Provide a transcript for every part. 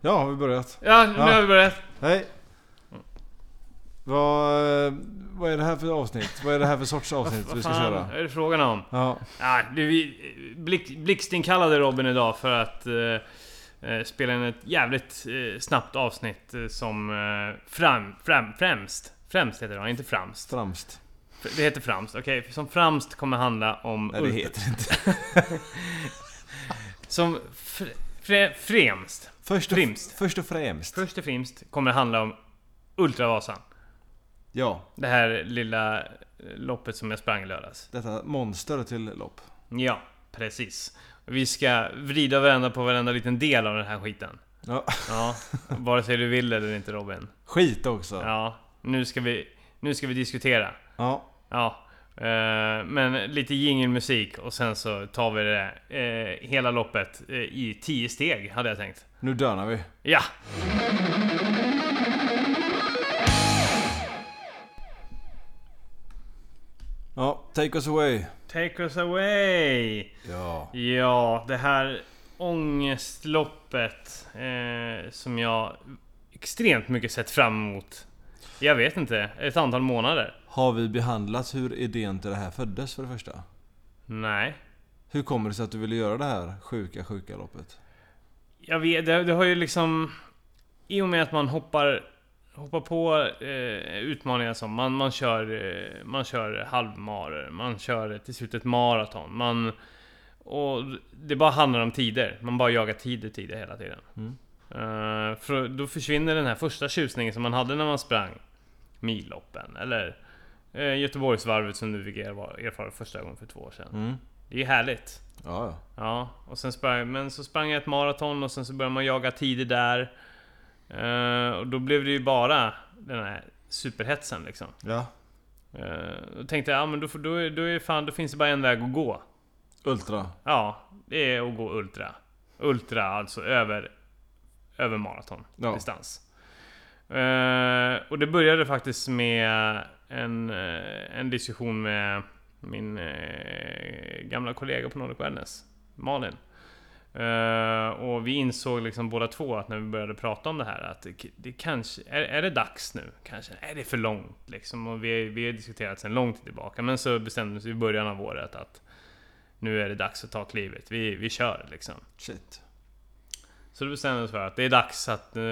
Ja, har vi börjat? Ja, nu har vi börjat. Hej! Vad, eh, vad är det här för avsnitt? Vad är det här för sorts avsnitt vi ska fan köra? är det frågan om? Ja, Ah, det, vi, blick, blixtinkallade Robin idag för att eh, eh, spela in ett jävligt eh, snabbt avsnitt eh, som eh, fram, fram, främst Främst heter det, inte framst. Framst. Fr- Det heter framst, okej. Som framst kommer handla om... Nej, det ultra- heter det inte. Som fr, frä- främst. Först och, Frimst. först och främst. Först och främst kommer det handla om Ultravasan. Ja, Det här lilla eh, loppet som jag sprang i lördags. detta monster till lopp. Ja, precis. Vi ska vrida varenda på varenda liten del av den här skiten. Ja. Ja, vare sig du vill eller inte Robin. Skit också. Ja. Ja, nu ska vi, nu ska vi diskutera. Ja, eh, men lite jingelmusik och sen så tar vi det eh, hela loppet eh, i tio steg hade jag tänkt. nu dönar vi. Ja! Ja, take us away. Take us away! Ja. Ja, det här ångestloppet eh, som jag extremt mycket sett fram emot. Jag vet inte, ett antal månader? Har vi behandlat hur idén till det här föddes för det första? Nej. Hur kommer det sig att du ville göra det här sjuka, sjuka loppet? Jag vet, det, det har ju liksom... I och med att man hoppar, hoppar på eh, utmaningar som man, man kör, eh, man kör halvmarer, man kör till slut ett maraton, man... Och det bara handlar om tider, man bara jagar tider, tider hela tiden. Mm. Eh, för då försvinner den här första tjusningen som man hade när man sprang milloppen, eller eh, Göteborgsvarvet som du fick erva- erfara första gången för två år sedan. Mm. Det är ju härligt. Ja, ja. Ja, och sen sprang, men så sprang jag ett maraton och sen så började man jaga tider där. Eh, och då blev det ju bara den här superhetsen liksom. Ja. Uh, då tänkte jag, ja men då, får- då, är- då, är fan, då finns det bara en väg att gå. Ultra. Ja, det är att gå ultra. Ultra alltså över, över Ja. maratondistans. Eh, och det började faktiskt med en, eh, en diskussion med min eh, gamla kollega på Nordic Wellness, Malin. Eh, och vi insåg liksom båda två att när vi började prata om det här att det, det kanske, är, är det dags nu? Kanske, är det för långt liksom? Och vi, vi har diskuterat sedan lång tid tillbaka men så bestämdes vi i början av året att nu är det dags att ta klivet, vi, vi kör liksom. Shit. Så då bestämde vi oss för att det är dags att eh,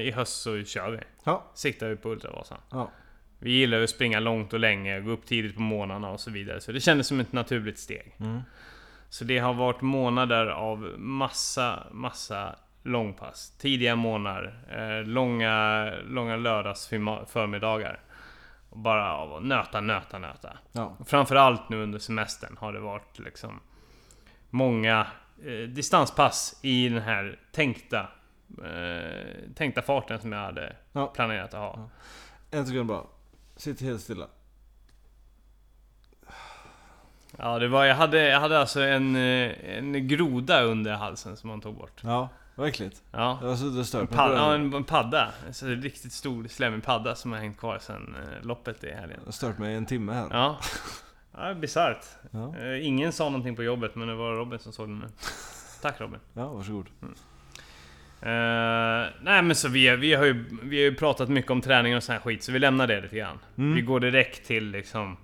i höst så kör vi. Ja. Siktar vi på Ultravasan. Ja. Vi gillar ju att springa långt och länge, gå upp tidigt på morgnarna och så vidare. Så det kändes som ett naturligt steg. Mm. Så det har varit månader av massa, massa långpass. Tidiga morgnar, eh, långa, långa lördagsförmiddagar. Och Bara av att nöta, nöta, nöta. Ja. Framförallt nu under semestern har det varit liksom många eh, distanspass i den här tänkta, eh, tänkta farten som jag hade Ja. planerat att ha. En sekund bara. Sitt helt stilla. Ja, det var, jag, hade, jag hade alltså en, eh, en groda under halsen som man tog bort. Ja, verkligt. Ja. Jag har suttit och En, stört mig på pad, det. ja, här. en, en padda. Alltså, en riktigt stor slemmig padda som har hängt kvar sedan eh, loppet i helgen. Jag har stört mig i en timme här. Ja, ja bisarrt. Ja, Eh, Ingen sa någonting på jobbet, men det var Robin som såg det nu. Tack Robin. ja varsågod. Eh, nej men så vi, vi, har ju, vi har ju pratat mycket om träning och sån här skit, så vi lämnar det lite grann. Vi går direkt till liksom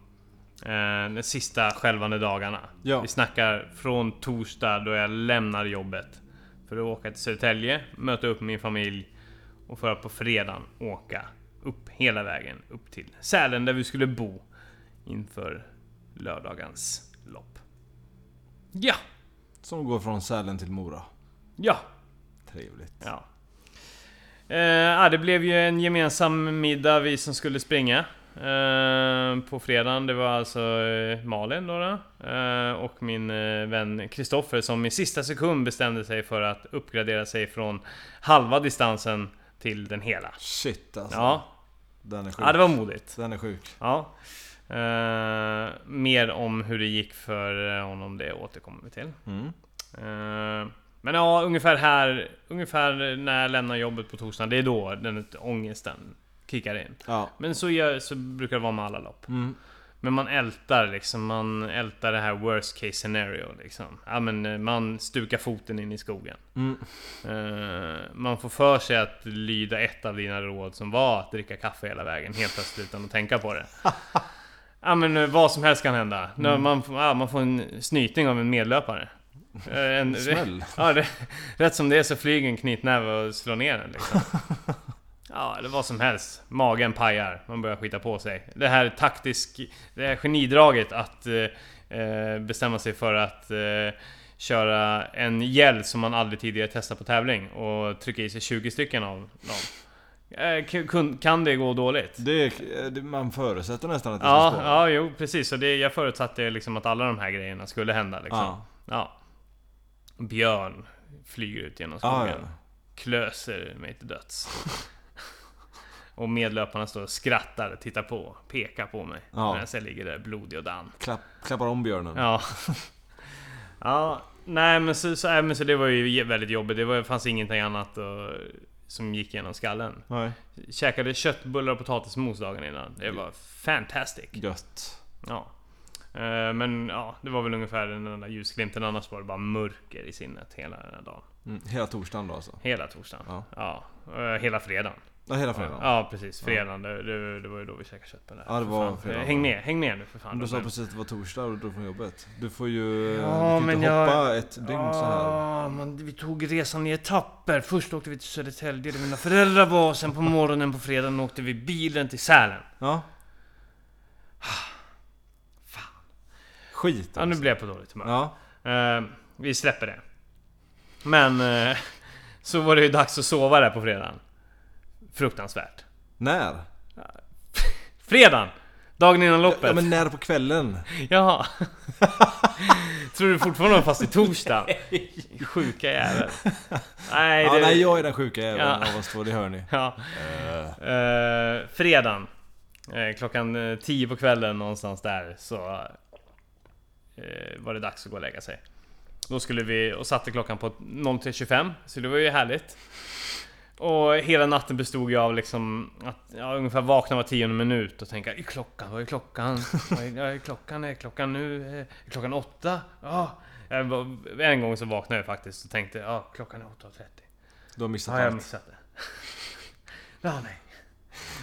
eh, de sista skälvande dagarna. Ja. Vi snackar från torsdag då jag lämnar jobbet för att åka till Södertälje, möta upp min familj och för att på fredagen åka upp hela vägen upp till Sälen där vi skulle bo inför lördagens lopp. Ja, Som går från Sälen till Mora. ja, Trevligt. Ja. Eh, ja, det blev ju en gemensam middag vi som skulle springa. Eh, på fredagen, det var alltså eh, Malin då, då eh, och min eh, vän Kristoffer som i sista sekund bestämde sig för att uppgradera sig från halva distansen till den hela. Shit alltså. Ja, Den är sjuk. ja det var modigt. Den är sjuk. Ja. Eh, mer om hur det gick för eh, honom, det återkommer vi till. Mm. Eh, Men ja, ungefär här, ungefär när jag lämnar jobbet på torsdagen, det är då den ångesten kickar in. Ja. Men så, gör, så brukar det vara med alla lopp. Mm. Men man ältar liksom, man ältar det här worst case scenario liksom. Ja men eh, man stukar foten in i skogen. Mm. Eh, man får för sig att lyda ett av dina råd som var att dricka kaffe hela vägen helt plötsligt utan att tänka på det. Ja men eh, vad som helst kan hända. När Man, får- ja, man får en snyting av en medlöpare. Eh, En, Smäll. Ja, det, rätt som det är så flyger en knytnäve och slår ner den liksom. Ja, eller vad som helst. Magen pajar, man börjar skita på sig. Det här taktisk... Det här genidraget att eh, eh, bestämma sig för att eh, köra en gel som man aldrig tidigare testat på tävling och trycka i sig 20 stycken av dem. Eh, k- kun- kan det gå dåligt? Det är, det- man förutsätter nästan att det Ja, ska spåra. ja, jo precis. Så det, jag förutsatte liksom att alla de här grejerna skulle hända liksom. Ja. Ja. Björn flyger ut genom skogen. Ja, Ah, ja. Klöser mig till döds. och medlöparna står och skrattar, tittar på, pekar på mig. Ja. Mm. Medan jag ligger där blodig och dan. Klapp, klappar om björnen. Ja. ja. Nej men så, så, nej, men så det var ju je- väldigt jobbigt. Det var, fanns ingenting annat och, som gick genom skallen. Nej. Käkade köttbullar och potatismos dagen innan. Mm. Det var fantastic. Gött. Ja. Eh, Men ja, det var väl ungefär den enda ljusglimten. Annars var det bara mörker i sinnet hela den här dagen. Mm. Hela torsdagen då alltså? Hela torsdagen. Ja. Ja. eh, Hela fredagen. Ja, hela fredagen? Ja, precis. Fredagen. Det, det, det var ju då vi käkade köttbullar. Ja, det För var fan. fredagen. Häng med, häng med nu för fan. Men Du sa Men- precis att det var torsdag och du drog från jobbet. Du får ju... Ja, du kan men inte jag- hoppa ett dygn så här. Ja, Ah, men vi tog resan i etapper. Först åkte vi till Södertälje där mina föräldrar var. och Sen på morgonen på fredagen åkte vi bilen till Sälen. Ja. Skit Ja, nu alltså. blev jag på dåligt humör. Ja. Eh, vi släpper det. Men eh, så var det ju dags att sova där på fredagen. Fruktansvärt. När? Fredagen! Dagen innan loppet. Ja men när på kvällen? Jaha. Tror du fortfarande var fast i torsdag? Sjuka jävel. Nej, Ja, det... nej jag är den sjuka Ja. jäveln av oss två, det hör ni. Ja. Eh, fredagen. Eh, klockan eh, 10 på kvällen någonstans där så eh, var det dags att gå och lägga sig. Då skulle vi och satte klockan på 03.25 så det var ju härligt. Och hela natten bestod jag av liksom att ja, ungefär vakna var tionde minut och tänka "Är klockan, vad är klockan? Vad är, vad är klockan? Är klockan nu? eh, Är klockan åtta? Ja. Jag var- En gång så vaknade jag faktiskt och tänkte ja, klockan är 8.30. Du har missat Har jag allt. missat det? Ja, nej.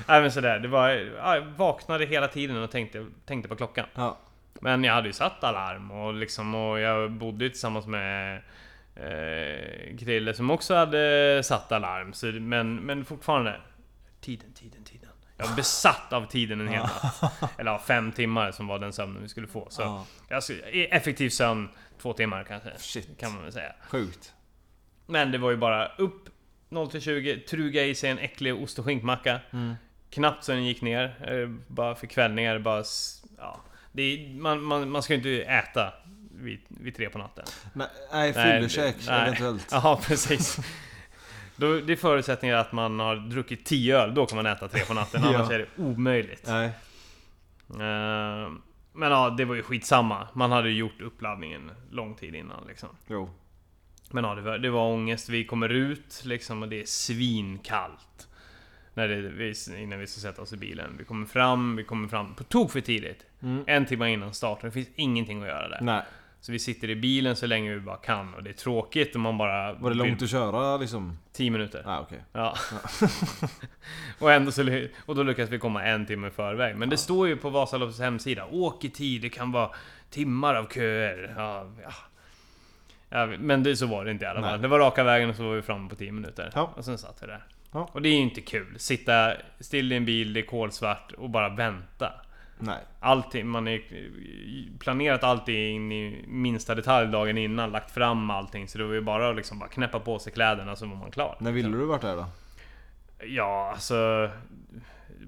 Nej men sådär, det var... ja, Jag vaknade hela tiden och tänkte, tänkte på klockan. Ja. Men jag hade ju satt alarm och liksom och jag bodde ju tillsammans med eh, Krille som också hade satt alarm. Så, det- men, men fortfarande. Tiden, tiden, tiden. Jag var besatt av tiden en hel natt. Eller ja, fem timmar som var den sömnen vi skulle få. Så Ja. jag skulle, effektiv sömn, två timmar kanske. Shit. Kan man väl säga. Sjukt. Men det var ju bara upp 0-20, truga i sig en äcklig ost och skinkmacka. Knappt så den gick ner. Eh, Bara förkvällningar, bara... s- Ja. Det är, man, man, man ska ju inte äta vid, vid tre på natten. Nej, nej Nej, fyllekäk det- nej. eventuellt. Ja, precis. Då, det är förutsättningar att man har druckit 10 öl, då kan man äta tre på natten. Ja. Annars är det omöjligt. Nej. Eh, Men ja, det var ju skitsamma. Man hade ju gjort uppladdningen lång tid innan liksom. Jo. Men ja, det var, det var ångest. Vi kommer ut liksom och det är svinkallt. När det, vi- innan vi ska sätta oss i bilen. Vi kommer fram, vi kommer fram på tok för tidigt. En timme innan starten. Det finns ingenting att göra där. Mm. Nej. Så vi sitter i bilen så länge vi bara kan och det är tråkigt och man bara... Var det långt att köra liksom? 10 minuter. Nej okej. Ja. och, ändå så, ly- och då lyckas vi komma en timme i förväg. Men det står ju på Vasaloppets hemsida. Åk i tid, det kan vara timmar av köer. Ja, ja. Ja, men det, så var det inte i alla fall. Nej. Det var raka vägen och så var vi framme på 10 minuter. Ja. Och sen satt vi där. Ja. Och det är ju inte kul. Sitta still i en bil, det är kolsvart och bara vänta. Nej. Allting, man är planerat allting in i minsta detalj dagen innan, lagt fram allting. Så det var ju bara att liksom bara knäppa på sig kläderna så var man klar. När ville du varit där då? Ja, alltså...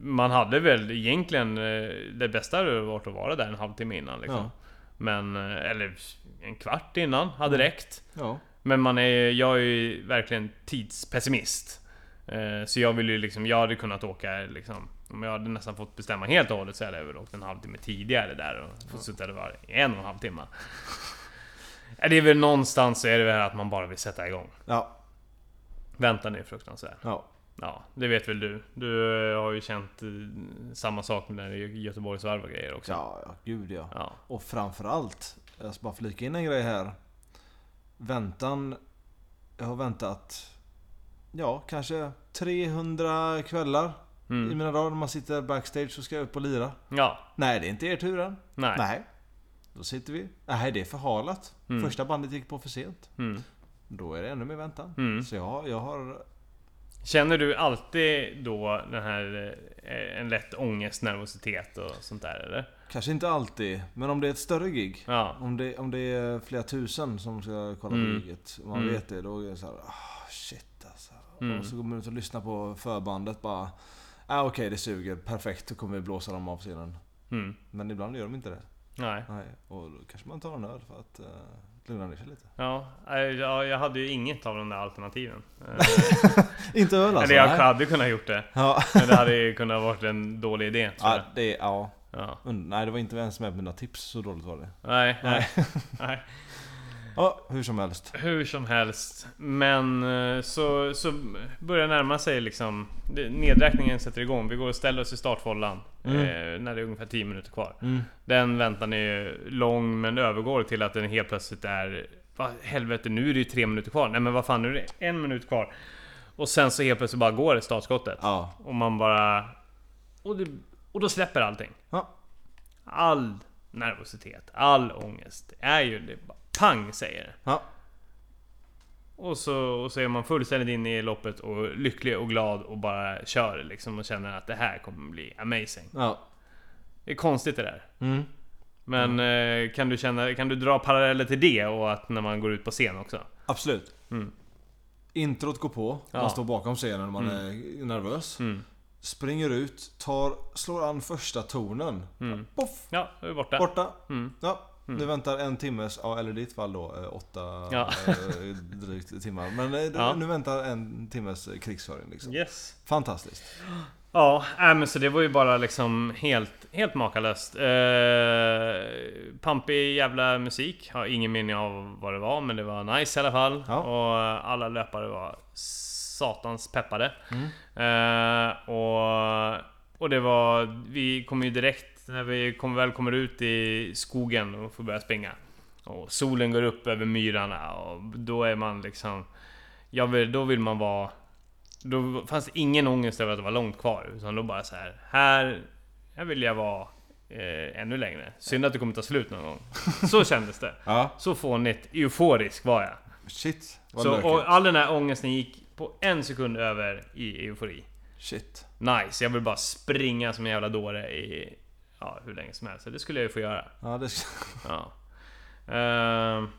Man hade väl egentligen... eh, Det bästa hade varit att vara där en halvtimme innan liksom. Ja. Men... eh, Eller en kvart innan hade räckt. Ja. Men man är, jag är ju verkligen tidspessimist. Eh, Så jag ville ju liksom... Jag hade kunnat åka liksom... Om jag hade nästan fått bestämma helt och hållet så hade jag väl åkt en halvtimme tidigare där och fått sitta där bara en och en halv timme. Ja, Det är väl någonstans så är det väl att man bara vill sätta igång. Ja. Väntan är fruktansvärd. Ja. Ja, det vet väl du. Du eh, har ju känt eh, samma sak när det är Göteborgsvarv och grejer också. Ja, ja, gud ja. Ja. Och framförallt, jag ska bara flika in en grej här. Väntan. Jag har väntat, ja kanske 300 kvällar i Mm. mina dagar. När man sitter backstage så ska jag upp och lira. ja. Nej, det är inte er tur än. Nej. Nej. Då sitter vi. Nej, det är förhalat. Mm. Första bandet gick på för sent. Mm. Då är det ännu mer väntan. Mm. Så jag, jag har... Känner du alltid då den här, eh, en lätt ångest, nervositet och sånt där eller? Kanske inte alltid, men om det är ett större gig. Ja. Om det, om det är flera tusen som ska kolla på Mm. giget. Och man Mm. vet det, då är det såhär... Ah, shit alltså. Mm. Och så går man ut och lyssnar på förbandet bara... Ah, Okej, det suger. Perfekt, då kommer vi blåsa dem av scenen. Mm. Men ibland gör de inte det. Nej. Nej. Och då kanske man tar en öl för att uh, lugna ner sig lite. Ja. eh, ja, jag hade ju inget av de där alternativen. Eh, Inte öl alltså? Eller jag nej. hade kunnat gjort det. Ja. Men det hade ju kunnat varit en dålig idé tror Ja, jag. det, är- ja. Ja. Und- Nej, det var inte ens med mina tips. Så dåligt var det. Nej, nej. nej. Ja, hur som helst. Hur som helst. Men eh, så, så börjar närma sig liksom... det- Nedräkningen sätter igång. Vi går och ställer oss i startfållan. Eh, när det är ungefär 10 minuter kvar. Den väntan är ju lång men övergår till att den helt plötsligt är... Vad helvete, nu är det ju 3 minuter kvar. Nej men vad fan, nu är det en minut kvar. Och sen så helt plötsligt bara går det startskottet. Ja. Och man bara... Och, det, och då släpper allting. ja. All nervositet, all ångest. Det är ju... Det bara, pang säger det. ja. Och så, och så är man fullständigt inne i loppet och lycklig och glad och bara kör liksom och känner att det här kommer bli amazing. ja. Det är konstigt det där. Mm. Men eh, kan, du känna, kan du dra paralleller till det och att när man går ut på scen också? Absolut. Mm. Introt går på. Man Ja. står bakom scenen när man är nervös. Mm. Springer ut, tar, slår an första tonen. Mm. Poff! Ja, då är vi borta. Borta. Mm. Ja. Nu väntar en timmes, ja, eller i ditt fall då, eh, åtta Ja. eh, drygt timmar. Men eh, Ja. nu väntar en timmes eh, krigsföring liksom. Yes. Fantastiskt. Ja, äh, men så det var ju bara liksom helt, helt makalöst. Eh, pampig jävla musik. Har ingen minne av vad det var, men det var nice i alla fall. Ja. Och eh, alla löpare var satans peppade. Mm. Eh, och, och det var... Vi kom ju direkt, när vi kom, väl kommer ut i skogen och får börja springa. Och solen går upp över myrarna och då är man liksom... Jag vill, då vill man vara... Då fanns det ingen ångest över att det var långt kvar. Utan då bara så här, här, här vill jag vara eh, ännu längre. Synd att det kommer ta slut någon gång. Så kändes det. Ja. Så fånigt euforisk var jag. Shit. Vad Så, lökigt. och all den här ångesten gick på en sekund över i eufori. Shit. Nice, jag vill bara springa som en jävla dåre i ja, hur länge som helst. Så Det skulle jag ju få göra. Ja, det ska... Ja. Ehm,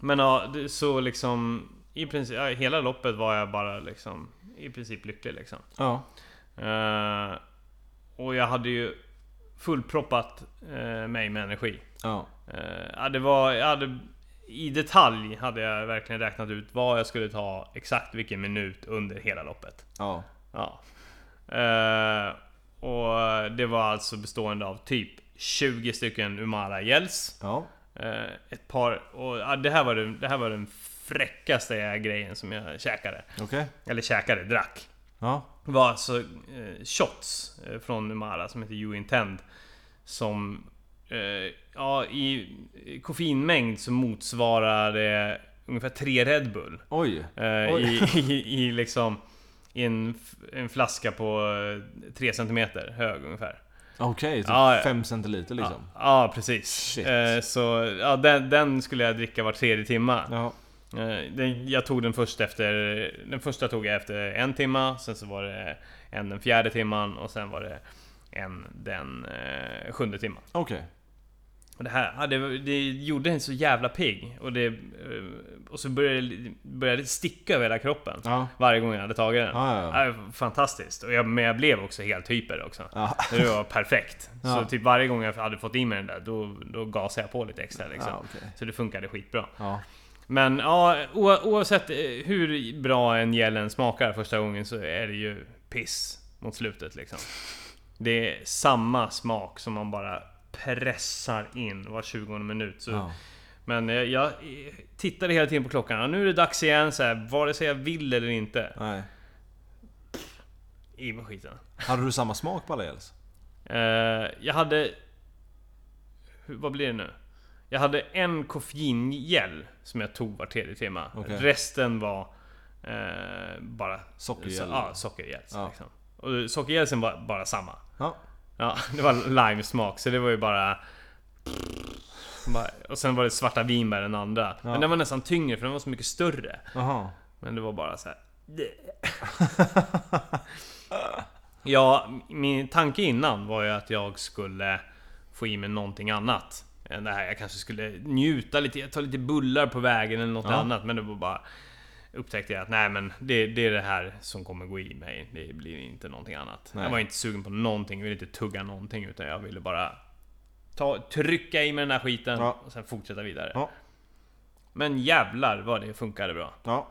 men ja, det- så liksom... I princip, ja, hela loppet var jag bara liksom i princip lycklig liksom. Ja. Ehm, och jag hade ju fullproppat eh, mig med energi. Ja. Eh, ja, det var, jag hade, I detalj hade jag verkligen räknat ut vad jag skulle ta exakt vilken minut under hela loppet. Ja. Ja. Eh, och det var alltså bestående av typ 20 stycken Umara Gels. Ja. Eh, ett par... Och, ja, det, här var den, det här var den fräckaste grejen som jag käkade. Okej. Eller käkade, drack. Ja. Det var alltså eh, shots eh, från Umara som heter You Intend. Som... Eh, ja, i i koffeinmängd så motsvarar det ungefär tre Red Bull. Oj. Eh, Oj. i, i, I liksom i en, f- en flaska på 3 cm hög ungefär. Okej, typ Ja, ja. 5 centiliter Ja, liksom. ja, precis. Shit. Eh, så ja, den, den skulle jag dricka var tredje timma. Ja. Eh, den, jag tog den först efter... Den första tog jag efter en timma, sen så var det en den fjärde timman och sen var det en den eh, sjunde timman. Okej. Och det här, ja, det, det gjorde en så jävla pigg. Och, det, eh, och så började, det- började det sticka över hela kroppen. Ja. Varje gång jag hade tagit den. Ja, ja, ja. Ja, fantastiskt. Och jag, men jag blev också helt hyper också. Ja. Det var perfekt. Ja. Så typ varje gång jag hade fått i mig den där, då, då gasade jag på lite extra liksom. Ja, okej. Så det funkade skitbra. Ja. Men ja, o- oavsett eh, hur bra en gällen smakar första gången så är det ju piss mot slutet liksom. Det är samma smak som man bara pressar in var 20 minut. Så Ja. men jag, jag eh, tittade hela tiden på klockan. Ja, Nu är det dags igen, så här, vare sig jag vill eller inte. Nej. i med skiten. Hade du samma smak på alla gels? Eh, jag hade... hur- Vad blir det nu? Jag hade en koffeingel som jag tog var tredje timme. Okej. Resten var eh, bara... Sockergel. så- Ja, sockergel. Ja. Liksom. Och sockergelsen var bara samma. Ja. Ja, det var limesmak så det var ju bara... bara- Och sen var det svarta vinbär den andra. Men den var nästan tyngre för den var så mycket större. Jaha. Men det var bara så här. ja, min tanke innan var ju att jag skulle få i mig någonting annat. än Det här, jag kanske skulle njuta lite, ta lite bullar på vägen eller något Ja. annat. Men det var bara... Upptäckte jag att nej men det, det är det här som kommer gå i mig. Det blir inte någonting annat. Nej. Jag var inte sugen på någonting, jag ville inte tugga någonting. Utan jag ville bara ta, trycka i mig den här skiten Ja. och sen fortsätta vidare. Ja. Men jävlar vad det funkade bra. Ja.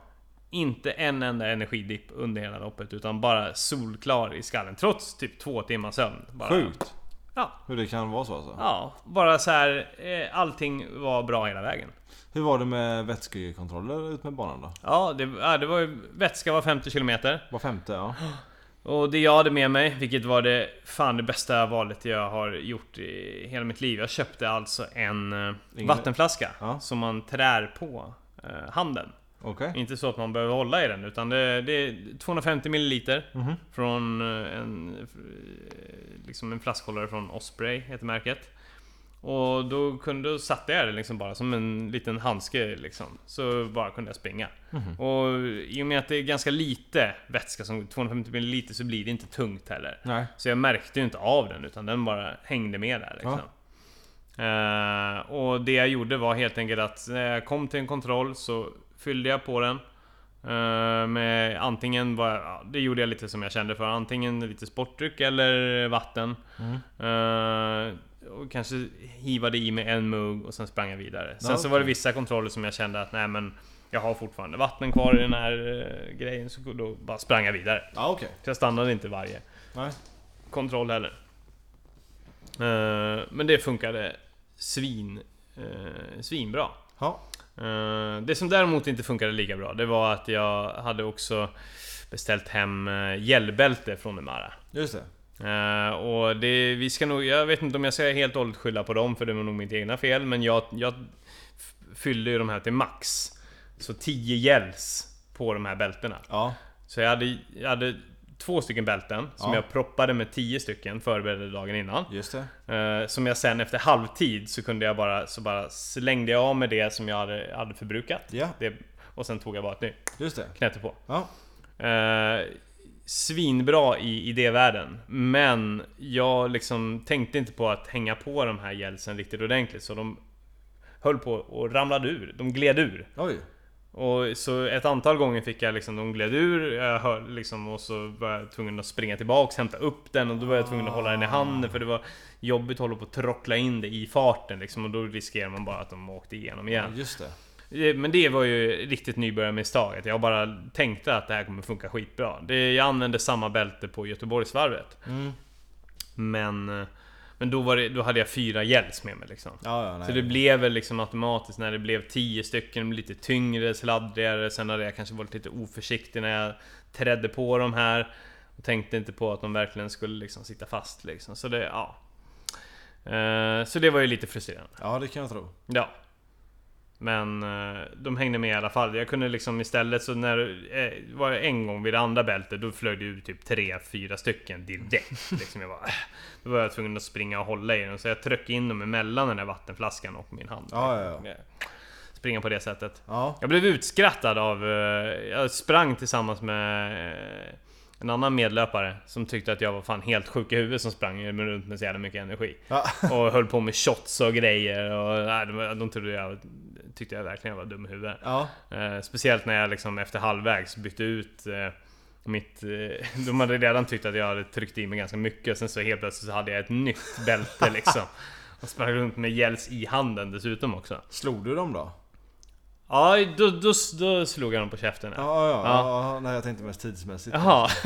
Inte en enda energidipp under hela loppet utan bara solklar i skallen trots typ två timmars sömn. Bara, Sjukt. Ja. Hur det kan vara så alltså. Ja, bara så här. eh, Allting var bra hela vägen. Hur var det med vätskekontroller ut med banan då? Ja, det, ja, det var ju vätska var 50 kilometer. Var femte ja. Och det jag hade med mig, vilket var det fan det bästa valet jag har gjort i hela mitt liv. Jag köpte alltså en eh, Ingen- vattenflaska Ja. som man trär på eh, handen. Okej. Inte så att man behöver hålla i den utan det, det är 250 milliliter från eh, en, eh, liksom en flaskhållare från Osprey, heter märket. Och då kunde då satte jag det liksom bara som en liten handske liksom. Så bara kunde jag springa. Och i och med att det är ganska lite vätska, som 250 milliliter, så blir det inte tungt heller. Nej. Så jag märkte ju inte av den utan den bara hängde med där liksom. Eh, och det jag gjorde var helt enkelt att när jag kom till en kontroll så fyllde jag på den. eh, med antingen var ja, det gjorde jag lite som jag kände för. Antingen lite sportdryck eller vatten. Mm. Eh, och kanske hivade i mig en mugg och sen sprang jag vidare. Sen Ja, så var det okej. vissa kontroller som jag kände att nej men jag har fortfarande vatten kvar i den här eh, grejen. Så då bara sprang jag vidare. Ja okej. Så jag stannade inte varje Nej. kontroll heller. Eh, men det funkade svin, eh, svinbra. Ja. Eh, det som däremot inte funkade lika bra, det var att jag hade också beställt hem eh, gällbälte från Emara. Just det. Eh, och det, vi ska nog, jag vet inte om jag ska helt och hållet skylla på dem för det var nog mitt egna fel, men jag, jag f- fyllde ju de här till max. Så 10 gälls på de här bältena. Ja. Så jag hade, jag hade två stycken bälten som Ja. jag proppade med 10 stycken förberedde dagen innan. Just det. Eh, som jag sen efter halvtid så kunde jag bara, så bara slängde jag av med det som jag hade, hade förbrukat. Ja. Det, och sen tog jag bara ett nytt, Just det. knäppte på. Ja. Eh, svinbra i idévärlden. Men jag liksom tänkte inte på att hänga på de här gälsen riktigt ordentligt. Så de höll på och ramlade ur. De gled ur. Oj. Och så ett antal gånger fick jag liksom, de gled ur jag hör, liksom, och så var jag tvungen att springa tillbaks, hämta upp den och då var jag tvungen att hålla den i handen för det var jobbigt att hålla på och trockla in det i farten liksom, och då riskerar man bara att de åkte igenom Ja. igen. Just det. Eh, Men det var ju riktigt nybörjarmisstaget. Jag bara tänkte att det här kommer funka skitbra. Det, jag använde samma bälte på Göteborgsvarvet. Mm. Men, eh, men då, var det, då hade jag fyra gälls med mig liksom. Ja, ja, nej. Så det blev väl liksom automatiskt när det blev 10 stycken, lite tyngre, sladdrigare. Sen hade jag kanske varit lite oförsiktig när jag trädde på de här. Och tänkte inte på att de verkligen skulle liksom sitta fast liksom. Så det, ja. Eh, Så det var ju lite frustrerande. Ja, det kan jag tro. Ja. Men eh, de hängde med i alla fall. Jag kunde liksom istället så när eh, var jag en gång vid det andra bältet då flög det ut typ tre, fyra stycken direkt. liksom jag bara, äh. Då var jag tvungen att springa och hålla i den. Så jag tryckte in dem emellan den där vattenflaskan och min hand. Ja, ja, ja. Eh, Springa på det sättet. Ja. Jag blev utskrattad av... eh, Jag sprang tillsammans med eh, en annan medlöpare som tyckte att jag var fan helt sjuk i huvudet som sprang runt med så jävla mycket energi. Ja. Och höll på med shots och grejer och nej, de, de trodde jag, tyckte jag verkligen jag var dum i huvudet. Ja. Eh, speciellt när jag liksom efter halvvägs bytte ut eh, mitt... Eh, de hade redan tyckt att jag hade tryckt i mig ganska mycket sen så helt plötsligt så hade jag ett nytt bälte liksom. Och sprang runt med gels i handen dessutom också. Slog du dem då? Ja, då, då, då slog jag dem på käften. Ja, Ja. ja, ja. Ja. ja. Nej, jag tänkte mest tidsmässigt. Jaha.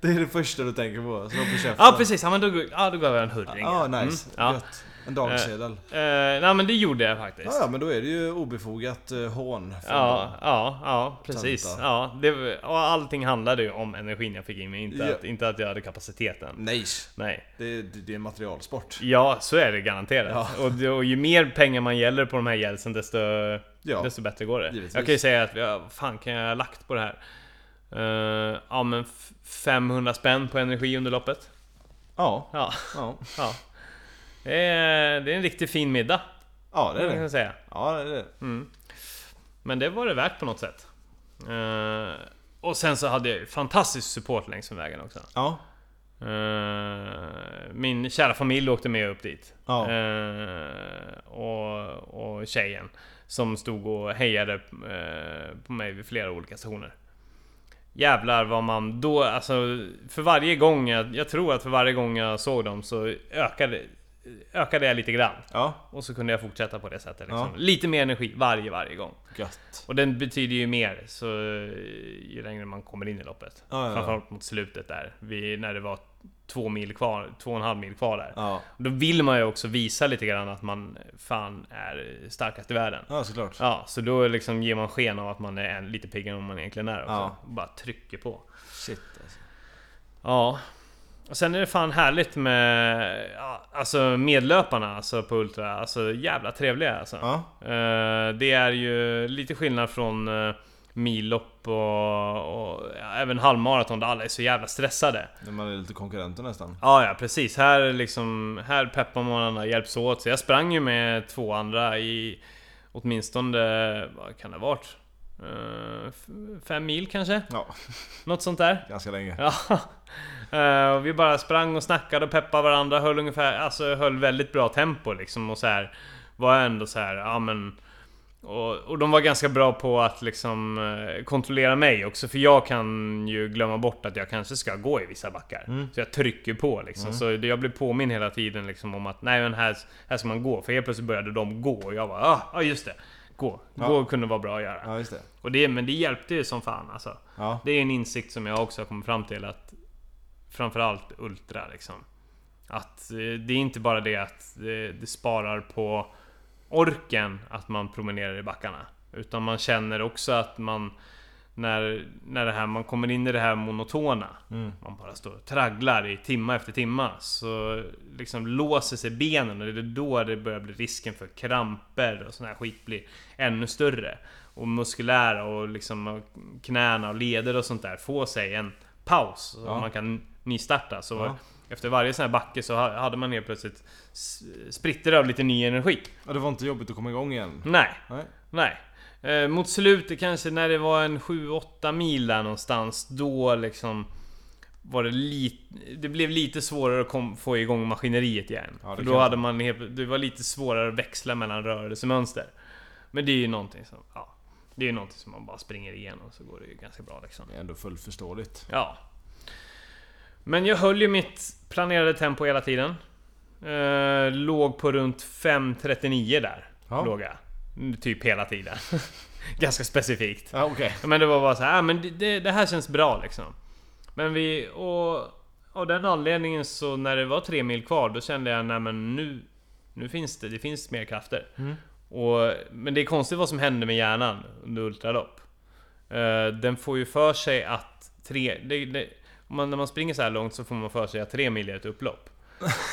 Det är det första du tänker på. Slå på käften. Ja precis, ja, men då, ja, då gav jag en hurring. Ja, nice. Mm, ja. Gött. En dagsedel. Eh, nej men det gjorde jag faktiskt. Ja, ja, men då är det ju obefogat eh, hån. från Ja, dem. ja, ja, precis. Tenta. Ja, det, och allting handlade ju om energin jag fick in mig, inte, Ja. att, inte att jag hade kapaciteten. Nej, Nej. det, är- det det är en materialsport. Ja, så är det garanterat. Ja. Och, det- och ju mer pengar man gäller på de här gälsen desto, Ja. desto bättre går det. Givetvis. Jag kan ju säga att, ja, vad fan kan jag ha lagt på det här? Eh, ja men f- 500 spänn på energi under loppet. Ja, Ja, ja. ja. Det, är, det är en riktigt fin middag. ja det är kan det. jag säga. Ja, det är det. Mm. Men det var det värt på något sätt. Eh, och sen så hade jag ju fantastisk support längs med vägen också. Ja, Eh, min kära familj åkte med upp dit. Ja. Eh, och, och tjejen som stod och hejade eh, på mig vid flera olika stationer. Jävlar vad man då, alltså för varje gång, jag, jag tror att för varje gång jag såg dem så ökade, ökade jag lite grann. ja. Och så kunde jag fortsätta på det sättet. Liksom. Ja. Lite mer energi varje, varje gång. Gött. Och den betyder ju mer så eh, ju längre man kommer in i loppet. Ja, ja, ja. Framförallt mot slutet där, vi, när det var två mil kvar, två och en halv mil kvar där. Ja, Då vill man ju också visa lite grann att man fan är starkast i världen. ja såklart. Ja, så då liksom ger man sken av att man är en- lite piggare än man egentligen är också. Ja. Bara trycker på. Shit alltså. Ja. Och sen är det fan härligt med ja, alltså medlöparna alltså på Ultra. Alltså jävla trevliga alltså. Ja, Eh, det är ju lite skillnad från uh, millopp och, och ja, även halvmaraton där alla är så jävla stressade. när man är lite konkurrenter nästan. Ja, ja precis. Här, är liksom, här peppar man varandra, hjälps åt. Så jag sprang ju med två andra i åtminstone, vad kan det ha varit? Eh, f- fem mil kanske? Ja, Något sånt där. ganska länge. Ja. Eh, och vi bara sprang och snackade och peppade varandra. Höll, ungefär, alltså, höll väldigt bra tempo liksom. Och så här, var ändå så här, ja men... Och, och de var ganska bra på att liksom eh, kontrollera mig också. För jag kan ju glömma bort att jag kanske ska gå i vissa backar. Så jag trycker på liksom. Så det- jag blir påminn hela tiden liksom om att nej men här, här ska man gå. För helt plötsligt började de gå och jag bara ah, ah just det. Gå. Gå kunde vara bra att göra. Ja, just det. Och det, men det hjälpte ju som fan alltså. Ja. Det är en insikt som jag också har kommit fram till att Framförallt Ultra liksom Att eh, det är inte bara det att eh, det, det sparar på orken att man promenerar i backarna Utan man känner också att man När, när det här, man kommer in i det här monotona Mm. Man bara står och tragglar i timma efter timma Så liksom låser sig benen och det är då det börjar bli risken för kramper och sån här skit blir ännu större och muskulära och liksom och knäna och leder och sånt där få sig en paus så Ja. man kan nystarta. Så Ja. efter varje sån här backe så ha- hade man helt plötsligt s- spritter av lite ny energi. Ja, det var inte jobbigt att komma igång igen. Nej, Nej. nej. Eh, mot slutet kanske när det var en 7-8 mil där någonstans då liksom var det lite... Det blev lite svårare att kom, få igång maskineriet igen. Ja, det För kan då jag- hade man helt, Det var lite svårare att växla mellan rörelsemönster. Men det är ju någonting som... Ja, det är ju någonting som man bara springer igenom så går det ju ganska bra liksom. Det är ändå fullt förståeligt. Ja. Men jag höll ju mitt planerade tempo hela tiden. Eh, låg på runt 5.39 där. Ja. Låg jag. Mm, Typ hela tiden. Ganska specifikt. Ja, okej. Men det var bara så här, "Ah, men det- det, det här känns bra liksom. Men vi... Och av den anledningen så när det var tre mil kvar då kände jag, nej men nu... Nu finns det, det finns mer krafter. Mm. Och, men det är konstigt vad som händer med hjärnan under ultralopp. Eh, den får ju för sig att tre... Det, det, om man, när man springer så här långt så får man för sig att tre mil är ett upplopp.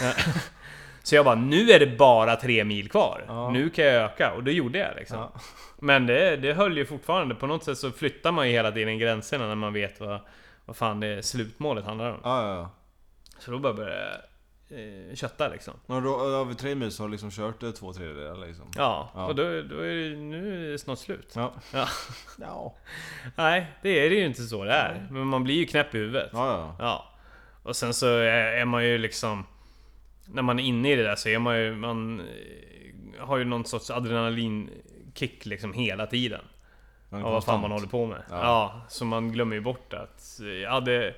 Eh, så jag bara, nu är det bara tre mil kvar. Ja. Nu kan jag öka. Och det gjorde jag liksom. Ja. Men det, det höll ju fortfarande. På något sätt så flyttar man ju hela tiden gränserna när man vet vad, vad fan det slutmålet handlar om. Ja, ja, ja. Så då bara började jag eh, kötta liksom. Men då, över tre mil så har du liksom kört eh, två tredjedelar liksom. Ja, Ja. och då, då är det, nu är det snart slut. Ja. Ja. Ja, Nej, det är det ju inte så det är. Men man blir ju knäpp i huvudet. ja. ja. Ja. Och sen så är är man ju liksom... När man är inne i det där så är man ju... Man eh, har ju någon sorts adrenalinkick liksom hela tiden. Men Av vad fan konstant. man håller på med. Ja. Ja. så man glömmer ju bort att... eh, Ja, det,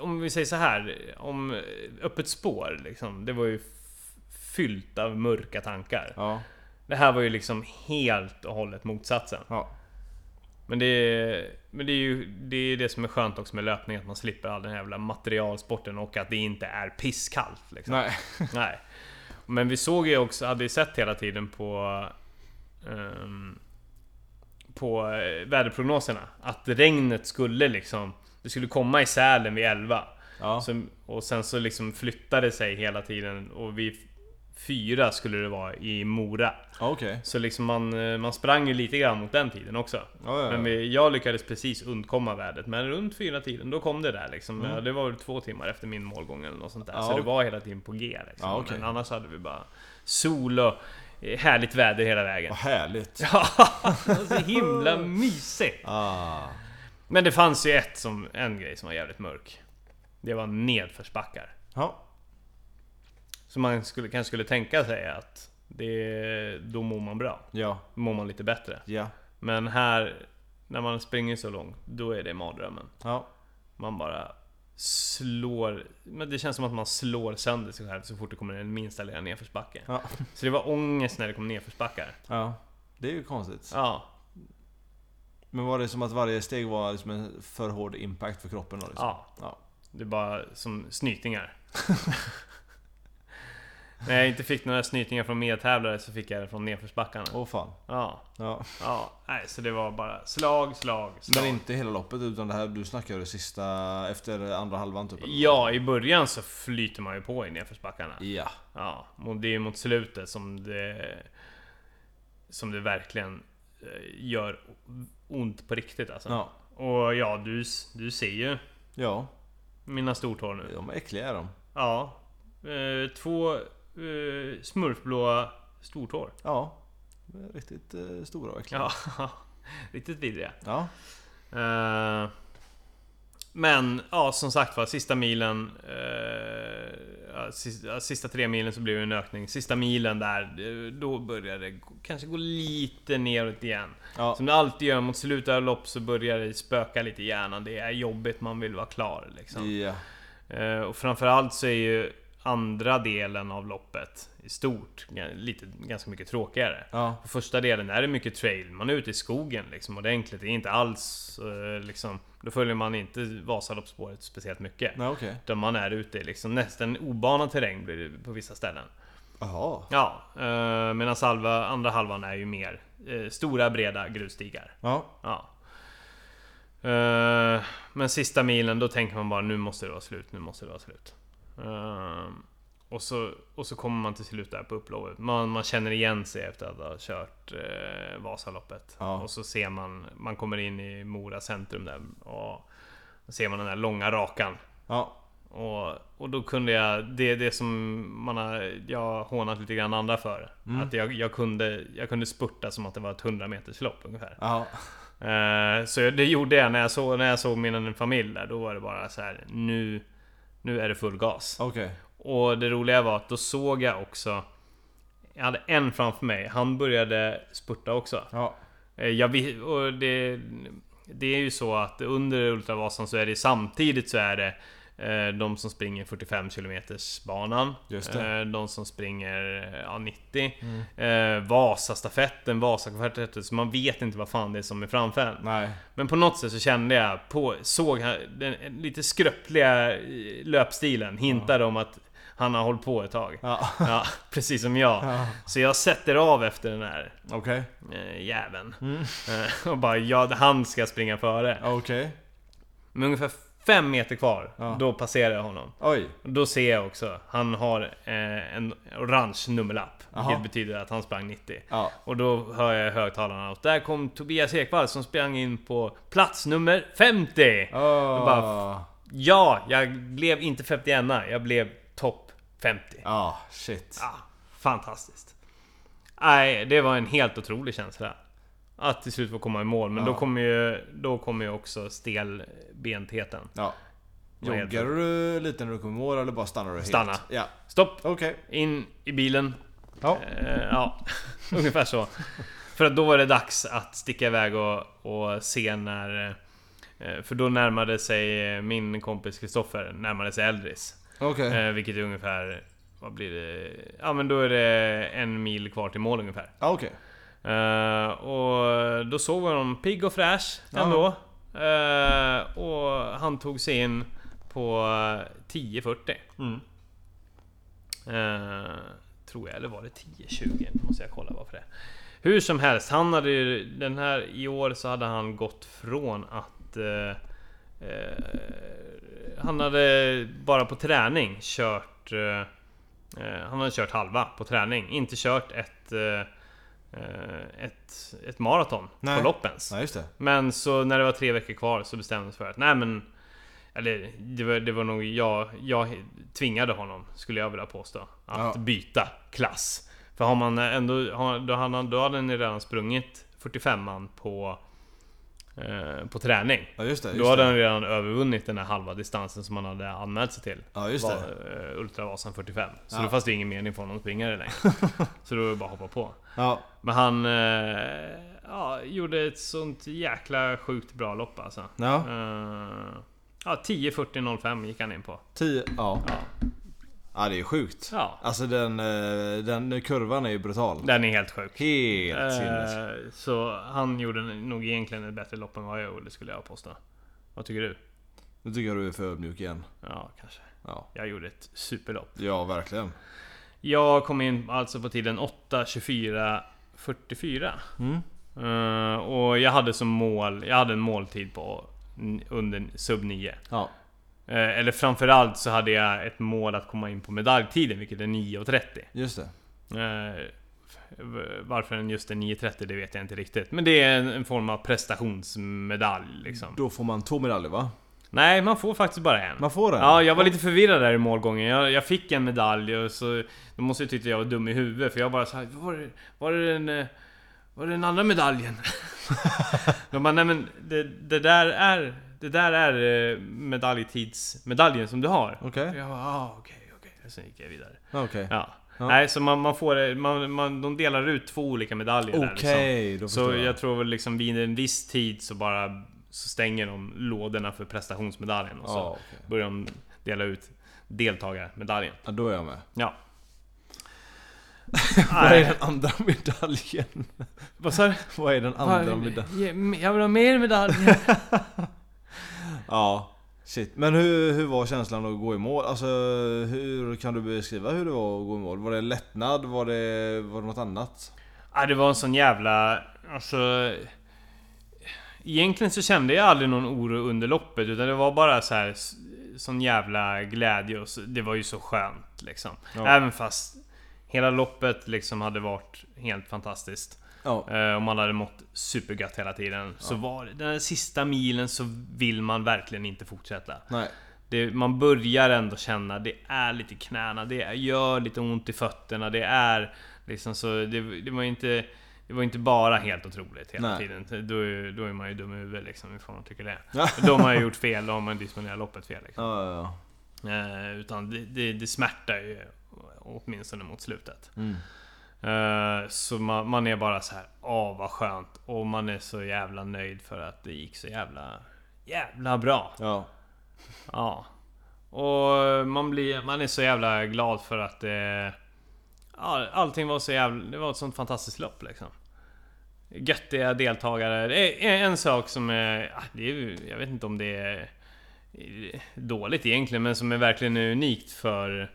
om vi säger så här. Om eh, Öppet spår liksom. Det var ju f- fyllt av mörka tankar. Ja, Det här var ju liksom helt och hållet motsatsen. ja. Men det är, men det är ju det, är det som är skönt också med löpning, att man slipper all den här jävla materialsporten och att det inte är pisskallt. Liksom. Nej. Nej. Men vi såg ju också, hade ju sett hela tiden på... ehm, på eh, väderprognoserna. Att regnet skulle liksom... Det skulle komma i Sälen vid 11. Ja. Som, och sen så liksom flyttade det sig hela tiden och vid fyra skulle det vara i Mora. Ja, Okej. Så liksom man, eh, man sprang ju lite grann mot den tiden också. Ja, ja, ja. Men vi, jag lyckades precis undkomma vädret, men runt fyra tiden då kom det där liksom. Ja, Det var väl två timmar efter min målgång eller något sånt där. Mm. Ja, så det okej. var hela tiden på G liksom. Ja, okej. Men annars hade vi bara sol och eh, härligt väder hela vägen. Vad härligt. Ja, så himla mysigt! Ah. Men det fanns ju ett som, en grej som var jävligt mörk. Det var nedförsbackar. Ja. Så man skulle, kanske skulle tänka sig att det, då mår man bra. Ja. Mår man lite bättre. Ja. Men här, när man springer så långt, då är det mardrömmen. Ja. Man bara slår... Men det känns som att man slår sönder sig själv så fort det kommer en minsta lilla nedförsbacke. Ja. Så det var ångest när det kom nedförsbackar. ja. Det är ju konstigt. Ja, Men var det som att varje steg var liksom en för hård impact för kroppen? Då, liksom? ja. Ja. Det är bara som snytingar. när jag inte fick några snytingar från medtävlare så fick jag det från nedförsbackarna. Åh fan. Ja, Ja. ja. Nej, så det var bara slag, slag, slag. Men inte hela loppet utan det här, du snackar det sista, efter andra halvan typ? eller? Ja, i början så flyter man ju på i nedförsbackarna. Ja. Ja, och det är mot slutet som det... Som det verkligen eh, gör ont på riktigt alltså. Ja. Och ja, du, s- du ser ju Ja. mina stortår nu. De är äckliga är de. Ja. Eh, Två eh, smurfblåa stortår. Ja. De är Riktigt eh, stora och äckliga. Ja, riktigt vidriga. Ja. Eh, Men ja, som sagt var, sista milen... eh, ja, sista, ja, sista tre milen så blev det en ökning. Sista milen där, eh, då började det gå- kanske gå lite neråt igen. Ja. Som det alltid gör mot slutet av lopp så börjar det spöka lite i hjärnan. Det är jobbigt, man vill vara klar liksom. Ja. Eh, Och framförallt så är ju andra delen av loppet i stort g- lite, ganska mycket tråkigare. Ja. På första delen är det mycket trail, man är ute i skogen liksom ordentligt. Det är inte alls eh, liksom... Då följer man inte Vasaloppsspåret speciellt mycket. Nej okej. Utan man är ute i liksom nästan obana terräng blir det på vissa ställen. Jaha. Ja, eh, medan halva, andra halvan är ju mer eh, stora breda grusstigar. Ja. Ja. Eh, men sista milen, då tänker man bara nu måste det vara slut, nu måste det vara slut. Eh, och, så, och så kommer man till slut där på upploppet. Man, man känner igen sig efter att ha kört eh, Vasaloppet. Ja. Och så ser man, man kommer in i Mora centrum där och då ser man den där långa rakan. Ja. Och, och då kunde jag, det är det som man har, jag har hånat lite grann andra för. Att jag, jag, kunde, jag kunde spurta som att det var ett 100 meterslopp ungefär. Ja. Eh, Så jag- det gjorde jag när jag såg, när jag såg min familj där. Då var det bara så här, nu, nu är det full gas. Okej. Och det roliga var att då såg jag också... Jag hade en framför mig, han började spurta också. Ja. Eh, Jag, vi- och det, det är ju så att under Ultravasan så är det samtidigt så är det eh, de som springer 45 km banan Just det. Mm. Eh, De som springer eh, ja, 90 eh, Vasastafetten, Vasakvartettet Så man vet inte vad fan det är som är framför en. Nej. Men på något sätt så kände jag, på, såg han den lite skröpliga eh, löpstilen hintade om att han har hållit på ett tag. Ja. Ja, precis som jag. Ja. Så jag sätter av efter den här Okej. eh, jäveln. Mm. Eh, och bara, ja, han ska springa före. Okej. Men ungefär fem meter kvar, Ja. då passerar jag honom. Oj. Och Då ser jag också, han har eh, en orange nummerlapp. Aha. Vilket betyder att han sprang 90. Ja. Och då hör jag i högtalarna att där kom Tobias Ekvall som sprang in på plats nummer 50! Oh. bara- Ja, jag blev inte 51 jag blev topp 50. Ja, shit. Ah, fantastiskt. Nej, det var en helt otrolig känsla. Att till slut få komma i mål, men då Ja. kommer ju, då kommer ju också stelbentheten. Ja. Vad heter Joggar du lite när du kommer i mål eller bara stannar du helt? Stanna. Ja. Stopp! Okej. In i bilen. Ja. Eh, ja, ungefär så. För att då var det dags att sticka iväg och, och se när... eh, För då närmade sig eh, min kompis Kristoffer, närmade sig Eldris. Okej. Eh, vilket är ungefär... Vad blir det? Ja men då är det en mil kvar till mål ungefär. Ja, okej. Eh, och då såg vi honom pigg och fräsch ändå. Eh, och han tog sig in på 10.40. Mm. Eh, tror jag, eller var det 10-20? Nu måste jag kolla bara för det. Hur som helst, han hade ju, den här, i år så hade han gått från att... Eh, eh, han hade bara på träning kört... Eh, eh, han hade kört halva på träning, inte kört ett... Eh, eh, ett, ett maraton Nej. på loppens. Nej, just det. Men så när det var tre veckor kvar så bestämdes för att nej men... Eller det var, det var nog jag, jag tvingade honom, skulle jag vilja påstå. Att Ja. byta klass. För har man ändå... har- Då hade han, då hade han ju redan sprungit 45an på... Eh, på träning. Ja, just det. Just Då hade det. han redan övervunnit den här halva distansen som han hade anmält sig till. Ja, just var, det. eh, Ultravasan 45. Så Ja. då fanns det ingen mening för honom att springa det längre. så då var det bara att hoppa på. Ja, Men han eh, ja, gjorde ett sånt jäkla sjukt bra lopp alltså. ja. Eh, ja 10.40.05 gick han in på. 10. Ja. Ja. ja, det är sjukt. ja, Alltså den, eh, den kurvan är ju brutal. den är helt sjuk. Helt sinnes. Eh, så han gjorde nog egentligen ett bättre lopp än vad jag gjorde skulle jag påstå. Vad tycker du? Nu tycker jag du är för ödmjuk igen. Ja, kanske. Ja, Jag gjorde ett superlopp. ja verkligen. Jag kom in alltså på tiden 8.24.44. Mm. Eh, och jag hade som mål, jag hade en måltid på n- under sub 9. Ja. Eh, Eller framförallt så hade jag ett mål att komma in på medaljtiden, vilket är 9.30. Just det. Eh, v- Varför den just är 9.30, det vet jag inte riktigt. Men det är en, en form av prestationsmedalj liksom. Då får man två medaljer va? Nej, man får faktiskt bara en. Man får den? Ja, jag var lite förvirrad där i målgången. Jag, jag fick en medalj och så... De måste ju tycka jag var dum i huvudet för jag bara såhär... Var, det- var det den... eh, Var det den andra medaljen? de bara, nej men det, det där är... Det där är eh, medaljtidsmedaljen som du har. Okej. Jag bara, ah, okej, okej. Sen gick jag vidare. Ja, Okej. Ja. Ja. Nej, så man, man får... det- Man, man, de delar ut två olika medaljer där liksom. Okej, då Så förstår jag. jag tror väl liksom vid en viss tid så bara så stänger de lådorna för prestationsmedaljen och så Ja, okej. börjar de dela ut deltagarmedaljen. ja, då är jag med. Ja. Vad är Nej, den andra medaljen? vad sa du? Vad är den andra medaljen? Ge- Jag vill ha mer medaljer. Ja. Shit. Men hur, hur var känslan att gå i mål? Alltså hur kan du beskriva hur det var att gå i mål? Var det lättnad? Var det, var det något annat? Ja, det var en sån jävla... Alltså... Egentligen så kände jag aldrig någon oro under loppet utan det var bara så här s- sån jävla glädje och så, det var ju så skönt liksom. Ja. Även fast hela loppet liksom hade varit helt fantastiskt. Ja. Eh, och man hade mått supergött hela tiden. Så var det den här sista milen så vill man verkligen inte fortsätta. Nej. Det, man börjar ändå känna det är lite i knäna, det är, gör lite ont i fötterna, det är liksom så... Det, det var inte... Det var inte bara helt otroligt hela Nej. tiden. Då är, då är man ju dum i huvudet liksom, hur fan tycker det? Ja. Då har man ju gjort fel, då har man disponerat loppet fel. Liksom. Ja, ja, ja. Eh, utan det, det, det smärtar ju åtminstone mot slutet. Mm. Eh, Så man, man är bara så här, åh vad skönt. Och man är så jävla nöjd för att det gick så jävla, jävla bra. Ja. Ja. Och eh, man, blir, man är så jävla glad för att det... Ja, allting var så jävla... Det var ett sånt fantastiskt lopp liksom. Göttiga deltagare. Det är en sak som är... ah, Det är ju- jag vet inte om det är eh, dåligt egentligen, men som är verkligen unikt för...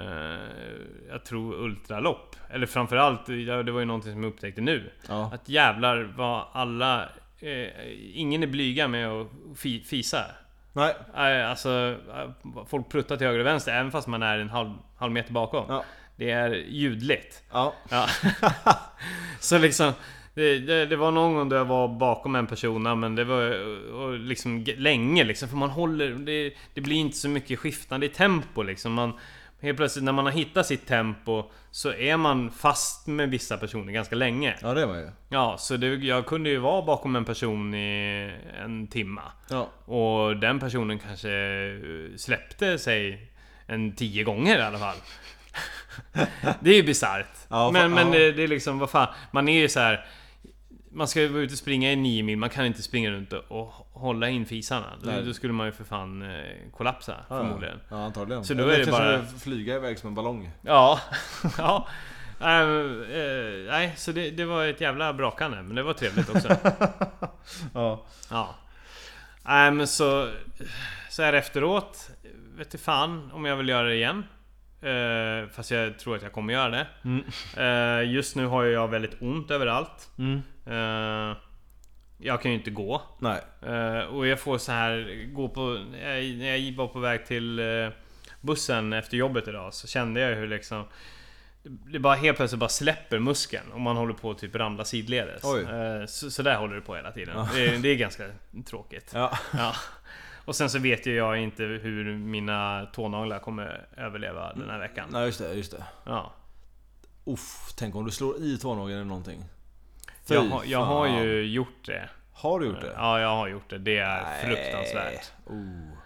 Eh, jag tror ultralopp. Eller framförallt, ja, det var ju någonting som jag upptäckte nu. Ja. Att jävlar vad alla... Eh, ingen är blyga med att fi, fisa. Nej. Nej, Alltså, folk pruttar till höger och vänster även fast man är en halv, halv meter bakom. Ja. Det är ljudligt. Ja. Ja. så liksom, det, det, det var någon gång då jag var bakom en persona men det var och liksom g- länge liksom. För man håller, det, det blir inte så mycket skiftande i tempo liksom. Man, helt plötsligt när man har hittat sitt tempo så är man fast med vissa personer ganska länge. Ja det var ju. Ja, så det, jag kunde ju vara bakom en person i en timma. Ja. Och den personen kanske eh, släppte sig en tio gånger i alla fall. det är ju bisarrt. Ja, fa- men men ja. det, det är liksom, vad fan. Man är ju så här. Man ska ju vara ute och springa i nio mil, man kan inte springa runt och, och hålla in fisarna. Då, Nej. då skulle man ju för fan eh, kollapsa Ja, förmodligen. Ja antagligen. Så då Eller är det kanske bara- flyga iväg som en ballong. Ja. ja. Ehm, eh, nej, så det, det var ett jävla brakande, men det var trevligt också. Ja. Ja. Nej men så... Så här efteråt, vet du fan om jag vill göra det igen. Eh, fast jag tror att jag kommer göra det. Mm. Eh, just nu har jag väldigt ont överallt. Mm. Eh, jag kan ju inte gå. Nej. Eh, och jag får så här, gå på, jag, när jag var på väg till eh, bussen efter jobbet idag så kände jag hur liksom det bara helt plötsligt bara släpper muskeln och man håller på att typ ramla sidledes. Oj. Eh, Så, så där håller det på hela tiden. Ja. Det, är- det är ganska tråkigt. Ja. Ja. Och sen så vet ju jag inte hur mina tånaglar kommer överleva den här veckan. Nej, just det. Just det. Ja. Uff, tänk om du slår i tånageln eller någonting. Fy Jag, har- jag har fan. ju gjort det. Har du gjort det? Ja, jag har gjort det. Det är fruktansvärt. Nej. Oh.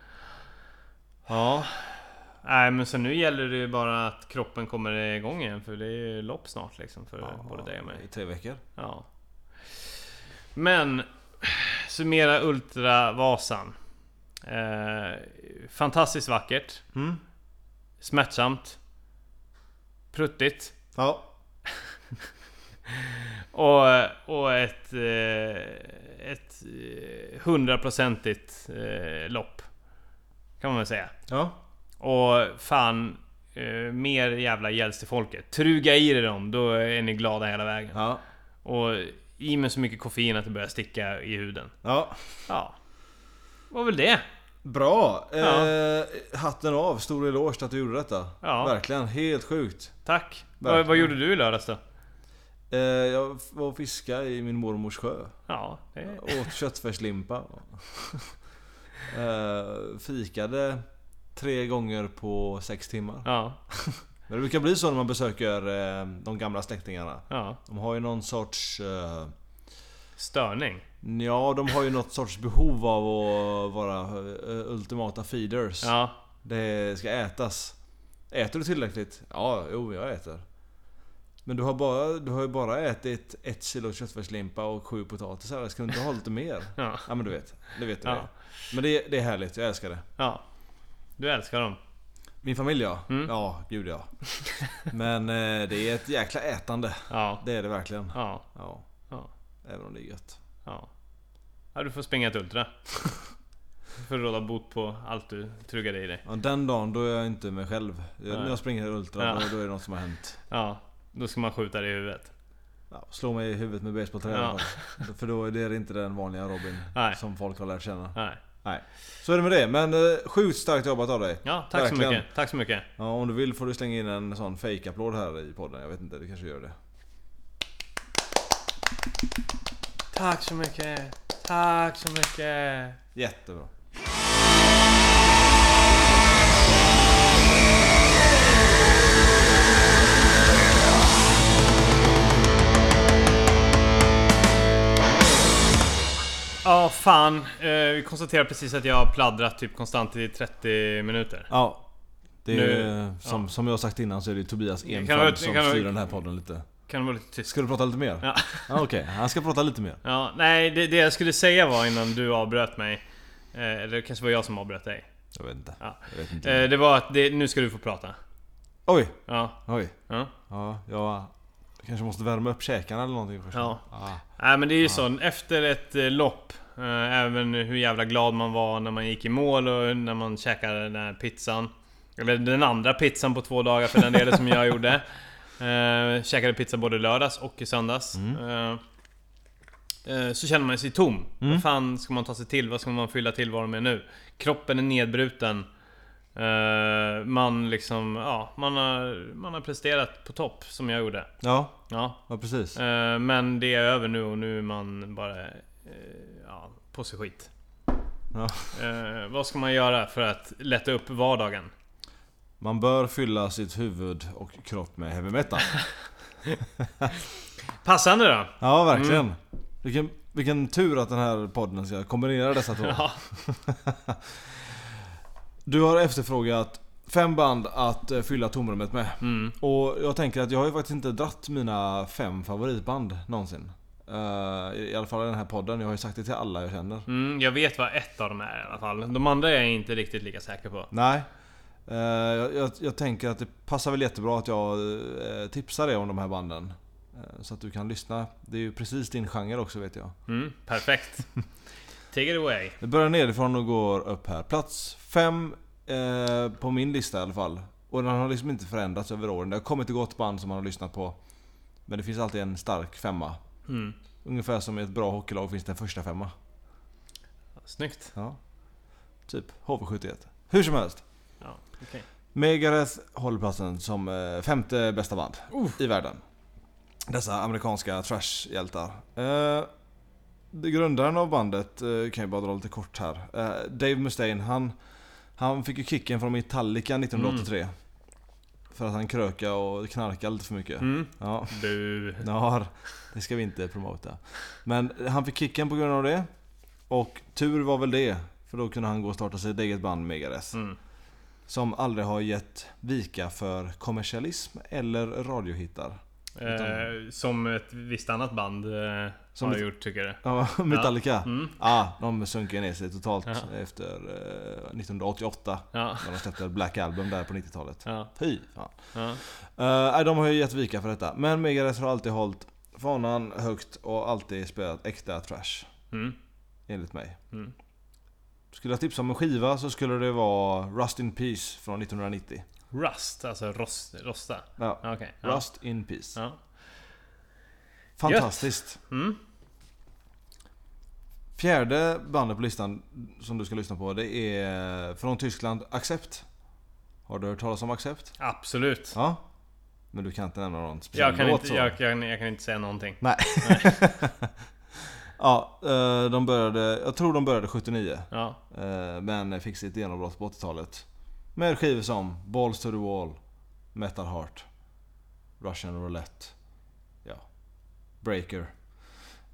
Ja. Nej men så nu gäller det ju bara att kroppen kommer igång igen för det är ju lopp snart liksom för både dig och mig. I tre veckor. Ja. Men summera Ultravasan. Eh, fantastiskt vackert. Mm. Smärtsamt. Pruttigt. Ja. Och, och ett, eh, ett eh, hundraprocentigt eh, lopp. Kan man väl säga. Ja. Och fan, eh, mer jävla gälls till folket. Truga i er dem, då är ni glada hela vägen. Ja. Och i med så mycket koffein att det börjar sticka i huden. ja. Ja. Var väl det. Bra! Ja. Eh, hatten av, stor eloge att du gjorde detta. Ja. Verkligen, helt sjukt. Tack. Vad, Verkligen. vad gjorde du i lördags då? Eh, jag var och fiskade i min mormors sjö. Ja, det... Eh, Åt köttfärslimpa. eh, fikade tre gånger på sex timmar. Ja, Men det brukar bli så när man besöker eh, de gamla släktingarna. ja. De har ju någon sorts... Eh, Störning. ja, de har ju något sorts behov av att vara eh, ultimata feeders. Ja. Det ska ätas. Äter du tillräckligt? Ja, jo jag äter. Men du har, bara, du har ju bara ätit ett kilo köttfärslimpa och sju potatisar. Ska du inte ha lite mer? Ja. Ja men du vet. Det vet du Ja. det. Men det, det är härligt, jag älskar det. ja. Du älskar dem. Min familj ja. Mm. Ja, gud ja. Men eh, det är ett jäkla ätande. Ja. Det är det verkligen. Ja. Ja. Ja. Även om det är gött. Ja. ja du får springa ett Ultra. För att råda bot på allt du truggade i dig. Ja, den dagen då är jag inte mig själv. Jag, Nej. när jag springer Ultra Ja. då, då är det något som har hänt. Ja. Då ska man skjuta dig i huvudet. Ja, slå mig i huvudet med basebollträ i Ja. alla fall. För då är det inte den vanliga Robin Nej. som folk har lärt känna. Nej. Nej. Så är det med det. Men eh, sjukt starkt jobbat av dig. Ja, tack Verkligen. så mycket. Tack så mycket. Ja, om du vill får du slänga in en sån fake-applåd här i podden. Jag vet inte, du kanske gör det. Tack så mycket. Tack så mycket. Jättebra. Ja, fan. Eh, vi konstaterar precis att jag har pladdrat typ konstant i 30 minuter. Ja. Det är Nu- ju, som, som jag har sagt innan så är det ju Tobias Kan Enfald du- som kan du- styr den här podden lite. Kan det vara lite tyst? Ska du prata lite mer? Ja. Okej, han ska prata lite mer. Ja, nej, det, det jag skulle säga var innan du avbröt mig. Eh, eller det kanske var jag som avbröt dig. Jag vet inte. Ja. Jag vet inte. Eh, det var att det, nu ska du få prata. Oj, Ja. oj. Ja. Ja, jag kanske måste värma upp käkarna eller någonting först. ja. Ah. Nej men det är ju så, efter ett eh, lopp, eh, även hur jävla glad man var när man gick i mål och när man käkade den här pizzan. Eller den andra pizzan på två dagar för den delen som jag gjorde. Eh, käkade pizza både lördags och i söndags. Eh, eh, så känner man sig tom. Vad fan ska man ta sig till? Vad ska man fylla tillvaron med nu? Kroppen är nedbruten. Eh, man liksom, ja, man har, man har presterat på topp som jag gjorde. Ja, Ja, ja precis. Eh, Men det är över nu och nu är man bara eh, ja, på sig skit. Ja. Eh, Vad ska man göra för att lätta upp vardagen? Man bör fylla sitt huvud och kropp med heavy metal. Passande då! Ja, verkligen. Mm. Vilken, vilken tur att den här podden ska kombinera dessa två. Ja, Du har efterfrågat fem band att eh, fylla tomrummet med. mm, Och jag tänker att jag har ju faktiskt inte dratt mina fem favoritband någonsin. Eh, I i alla fall i den här podden. Jag har ju sagt det till alla jag känner. mm, jag vet vad ett av dem är i alla fall. De andra är jag inte riktigt lika säker på. Nej. Eh, jag, jag, jag tänker att det passar väl jättebra att jag eh, tipsar dig om de här banden. Eh, så att du kan lyssna. Det är ju precis din genre också vet jag. Mm, perfekt. Take it away. Det börjar nerifrån och går upp här. Plats fem eh, på min lista i alla fall. Och den har liksom inte förändrats över åren. Det har kommit och gått band som man har lyssnat på. Men det finns alltid en stark femma. Mm. Ungefär som i ett bra hockeylag finns det en första femma. Snyggt. Ja. Typ HV71. Hur som helst. Ja, okej. Megadeth håller platsen som eh, femte bästa band i världen. Dessa amerikanska trashhjältar. Eh, det- grundaren av bandet eh, kan jag bara dra lite kort här. Eh, Dave Mustaine, han, han fick ju kicken från Metallica 1983. För att han kröka och knarkade lite för mycket. Mm. Ja. Du. Ja, det ska vi inte promota. Men han fick kicken på grund av det. Och tur var väl det. För då kunde han gå och starta sitt eget band Megadeth. Mm. Som aldrig har gett vika för kommersialism eller radiohittar. Eh, som ett visst annat band eh, Som har ett- gjort tycker jag. Ja, Metallica. Ja, Mm. de sjönk ju ner sig totalt Ja. efter eh, 1988. Ja. När de släppte Black Album där på 90-talet. Ja. Fy fan. Ja. Eh, nej, de har ju gett vika för detta. Men Megadeth har alltid hållit fanan högt och alltid spelat äkta trash. Mm. Enligt mig. Mm. Skulle jag tipsa om en skiva så skulle det vara Rust in Peace från 1990. Rust, alltså rost, rosta. Ja. Okej. ja. Rust in Peace. Ja. Fantastiskt. Mm. Fjärde bandet på listan som du ska lyssna på det är från Tyskland, Accept. Har du hört talas om Accept? Absolut. Ja. Men du kan inte nämna någon speciell Jag kan, låt inte, jag, kan, jag kan inte säga någonting. Nej. ja, eh, de började, jag tror de började 79. Ja. eh, Men fick sitt genombrott på 80-talet. Med skivor som Balls to the Wall, Metal Heart, Russian Roulette, ja, Breaker.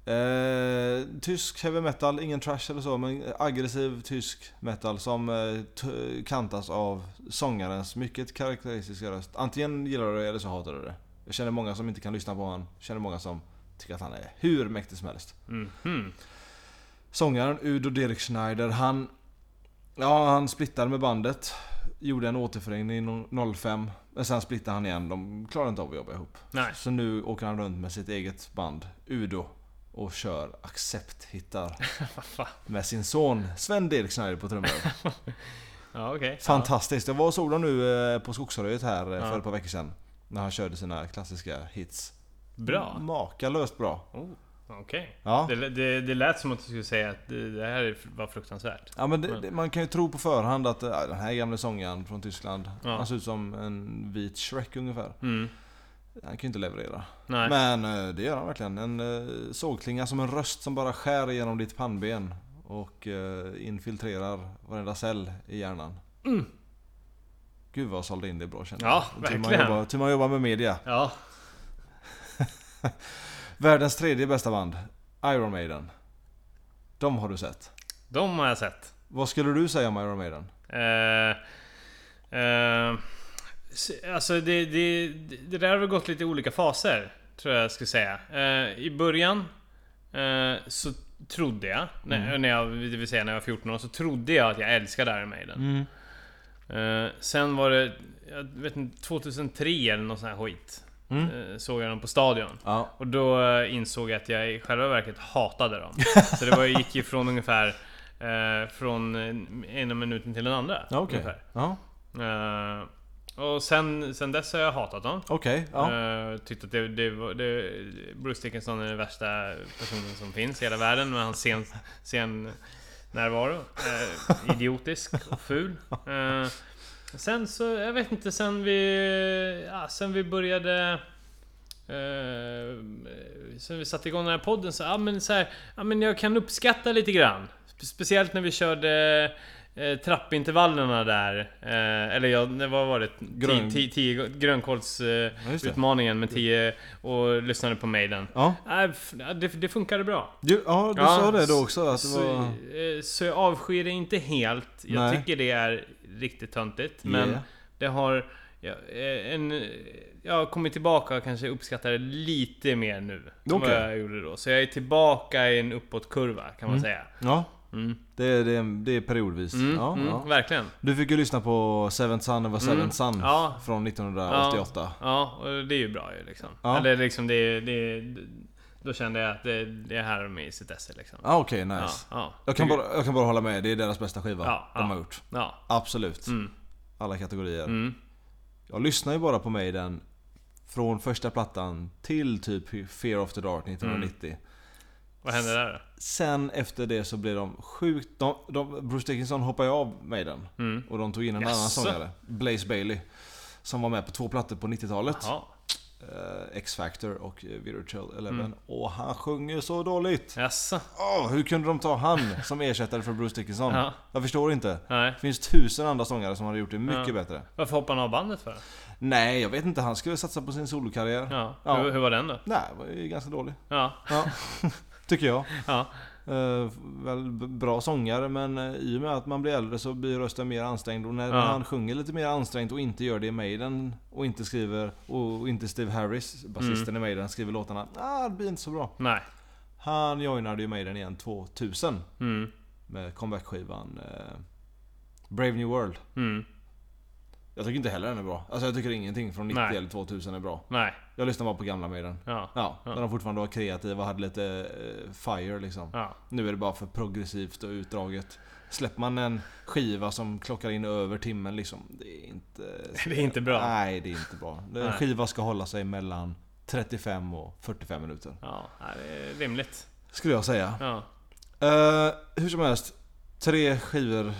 Eh, tysk heavy metal, ingen trash eller så, men aggressiv tysk metal som eh, t- kantas av sångarens mycket karaktäristiska röst. Antingen gillar du det eller så hatar du det. Jag känner många som inte kan lyssna på honom, Jag känner många som tycker att han är hur mäktig som helst. Mm. Mm. Sångaren Udo Dirk Schneider, han... Ja, han splittade med bandet. Gjorde en återförening i 05. Men sen splittade han igen. De klarade inte av att jobba ihop. Nej. Så nu åker han runt med sitt eget band, Udo. Och kör accept-hittar. Vad fan. Med sin son Sven Dirk Schneider på trummor. Ja, okej. Fantastiskt! Jag var och såg dem nu eh, på Skogsröjet här eh, Ja. för ett par veckor sedan. När han körde sina klassiska hits. Ja. Bra. Makalöst bra! Oh, Okej. Ja. Det, det, det lät som att du skulle säga att det, det här var fruktansvärt. Ja men det, det, man kan ju tro på förhand att äh, den här gamla sångaren från Tyskland, Ja. han ser ut som en vit Shrek ungefär. Mm. Han kan ju inte leverera. Nej. Men eh, det gör han verkligen. En eh, sågklinga som en röst som bara skär igenom ditt pannben. Och eh, infiltrerar varenda cell i hjärnan. Gud vad jag sålde in det bra känner Mm. Ja, jag. Tur man verkligen. jobbar- Tur man jobbar med media. Ja. Världens tredje bästa band, Iron Maiden. De har du sett. De har jag sett. Vad skulle du säga om Iron Maiden? Eh, eh, s- alltså det, det, det det där har väl gått lite olika faser. Tror jag skulle säga. Eh, I början eh, så trodde jag, Mm. när, när jag, det vill säga när jag var 14 år, så trodde jag att jag älskade Iron Maiden. Mm. Eh, sen var det, jag vet inte, 2003 eller något sån här skit. Mm. Eh, såg jag dem på Stadion. Ja. Och då eh, insåg jag att jag i själva verket hatade dem. Så det var, gick ju från ungefär eh, från eh, ena minuten till den andra. Ja, Okej. ungefär. Ja, Eh, och sen, sen dess har jag hatat dem. okej. Ja. Eh, tyckte att det, det, var- det, Bruce Dickinson är den värsta personen som finns i hela världen med hans scen, scen närvaro. Eh, idiotisk och ful. Eh, sen så, jag vet inte, sen vi, ja, sen vi började eh, sen vi satte igång den här podden så, ja men så här, ja men jag kan uppskatta lite grann. Spe- Speciellt när vi körde eh, trappintervallerna där. Eh, eller ja, när- vad var det? Grön- Grön. Tio, tio, grönkåls... Eh, Ja, just det. utmaningen med 10 och lyssnade på Maiden. ja. Nej, f- Det, det funkade bra. Du, ja, du Ja, sa det då också att det Så, var... eh, så jag avskyr det inte helt. Jag Nej. tycker det är riktigt töntigt. Men Yeah. det har... Ja, eh, en, eh, jag har kommit tillbaka och kanske uppskattar det lite mer nu. Än Okej. vad jag gjorde då. Så jag är tillbaka i en uppåtkurva kan man säga. Ja, Mm. det är, det är, det är periodvis. Mm, ja, mm, ja. Verkligen. Du fick ju lyssna på Seventh Son of a Seventh Mm, Son ja. från 1988. Ja, och det är ju bra ju liksom. Ja. Eller liksom det, det... Då kände jag att det, det här de är i sitt esse liksom. Ja, okej, nice. Ja, ja. Jag, kan bara, jag kan bara hålla med, det är deras bästa skiva Ja, de ja. har gjort. Ja. Absolut. Mm. Alla kategorier. Mm. Jag lyssnar ju bara på Maiden från första plattan till typ Fear of the Mm. Dark 1990. Vad hände där då? Sen efter det så blev de sjukt... De, de, Bruce Dickinson hoppade ju av Maiden. Mm. Och de tog in en annan Jaså? sångare. Blaze Bailey. Som var med på två plattor på 90-talet. Jaha. Eh, X-Factor och eh, Virtual Eleven. Mm. Och han sjunger så dåligt! Jaså? Åh, hur kunde de ta han som ersättare för Bruce Dickinson? Ja. Jag förstår inte. Nej. Det finns tusen andra sångare som hade gjort det mycket Ja. bättre. Varför hoppade han av bandet för? Nej, jag vet inte. Han skulle satsa på sin solokarriär. Ja. Ja. Hur, hur var den då? Nej, var ju ganska dålig. Ja. Ja. Tycker jag. Ja. Eh, väl b- bra sångare men eh, i och med att man blir äldre så blir rösten mer ansträngd. Och när Ja. han sjunger lite mer ansträngt och inte gör det i Maiden och inte skriver och inte Steve Harris, Mm. basisten i Maiden, skriver låtarna. Ah, det blir inte så bra. Nej. Han joinade ju Maiden igen 2000 Mm. med comebackskivan eh, Brave New World. Mm. Jag tycker inte heller den är bra. Alltså jag tycker ingenting från 90 Nej. eller 2000 är bra. Nej. Jag lyssnar bara på gamla Maiden. Ja. Ja, Ja. när de fortfarande var kreativa och hade lite eh, fire liksom. Ja. Nu är det bara för progressivt och utdraget. Släpper man en skiva som klockar in över timmen liksom. Det är inte... Det är inte bra. Nej, det är inte bra. En Nej. skiva ska hålla sig mellan 35 och 45 minuter. Ja. Nej, det är rimligt. Skulle jag säga. Ja. Eh, hur som helst. Tre skivor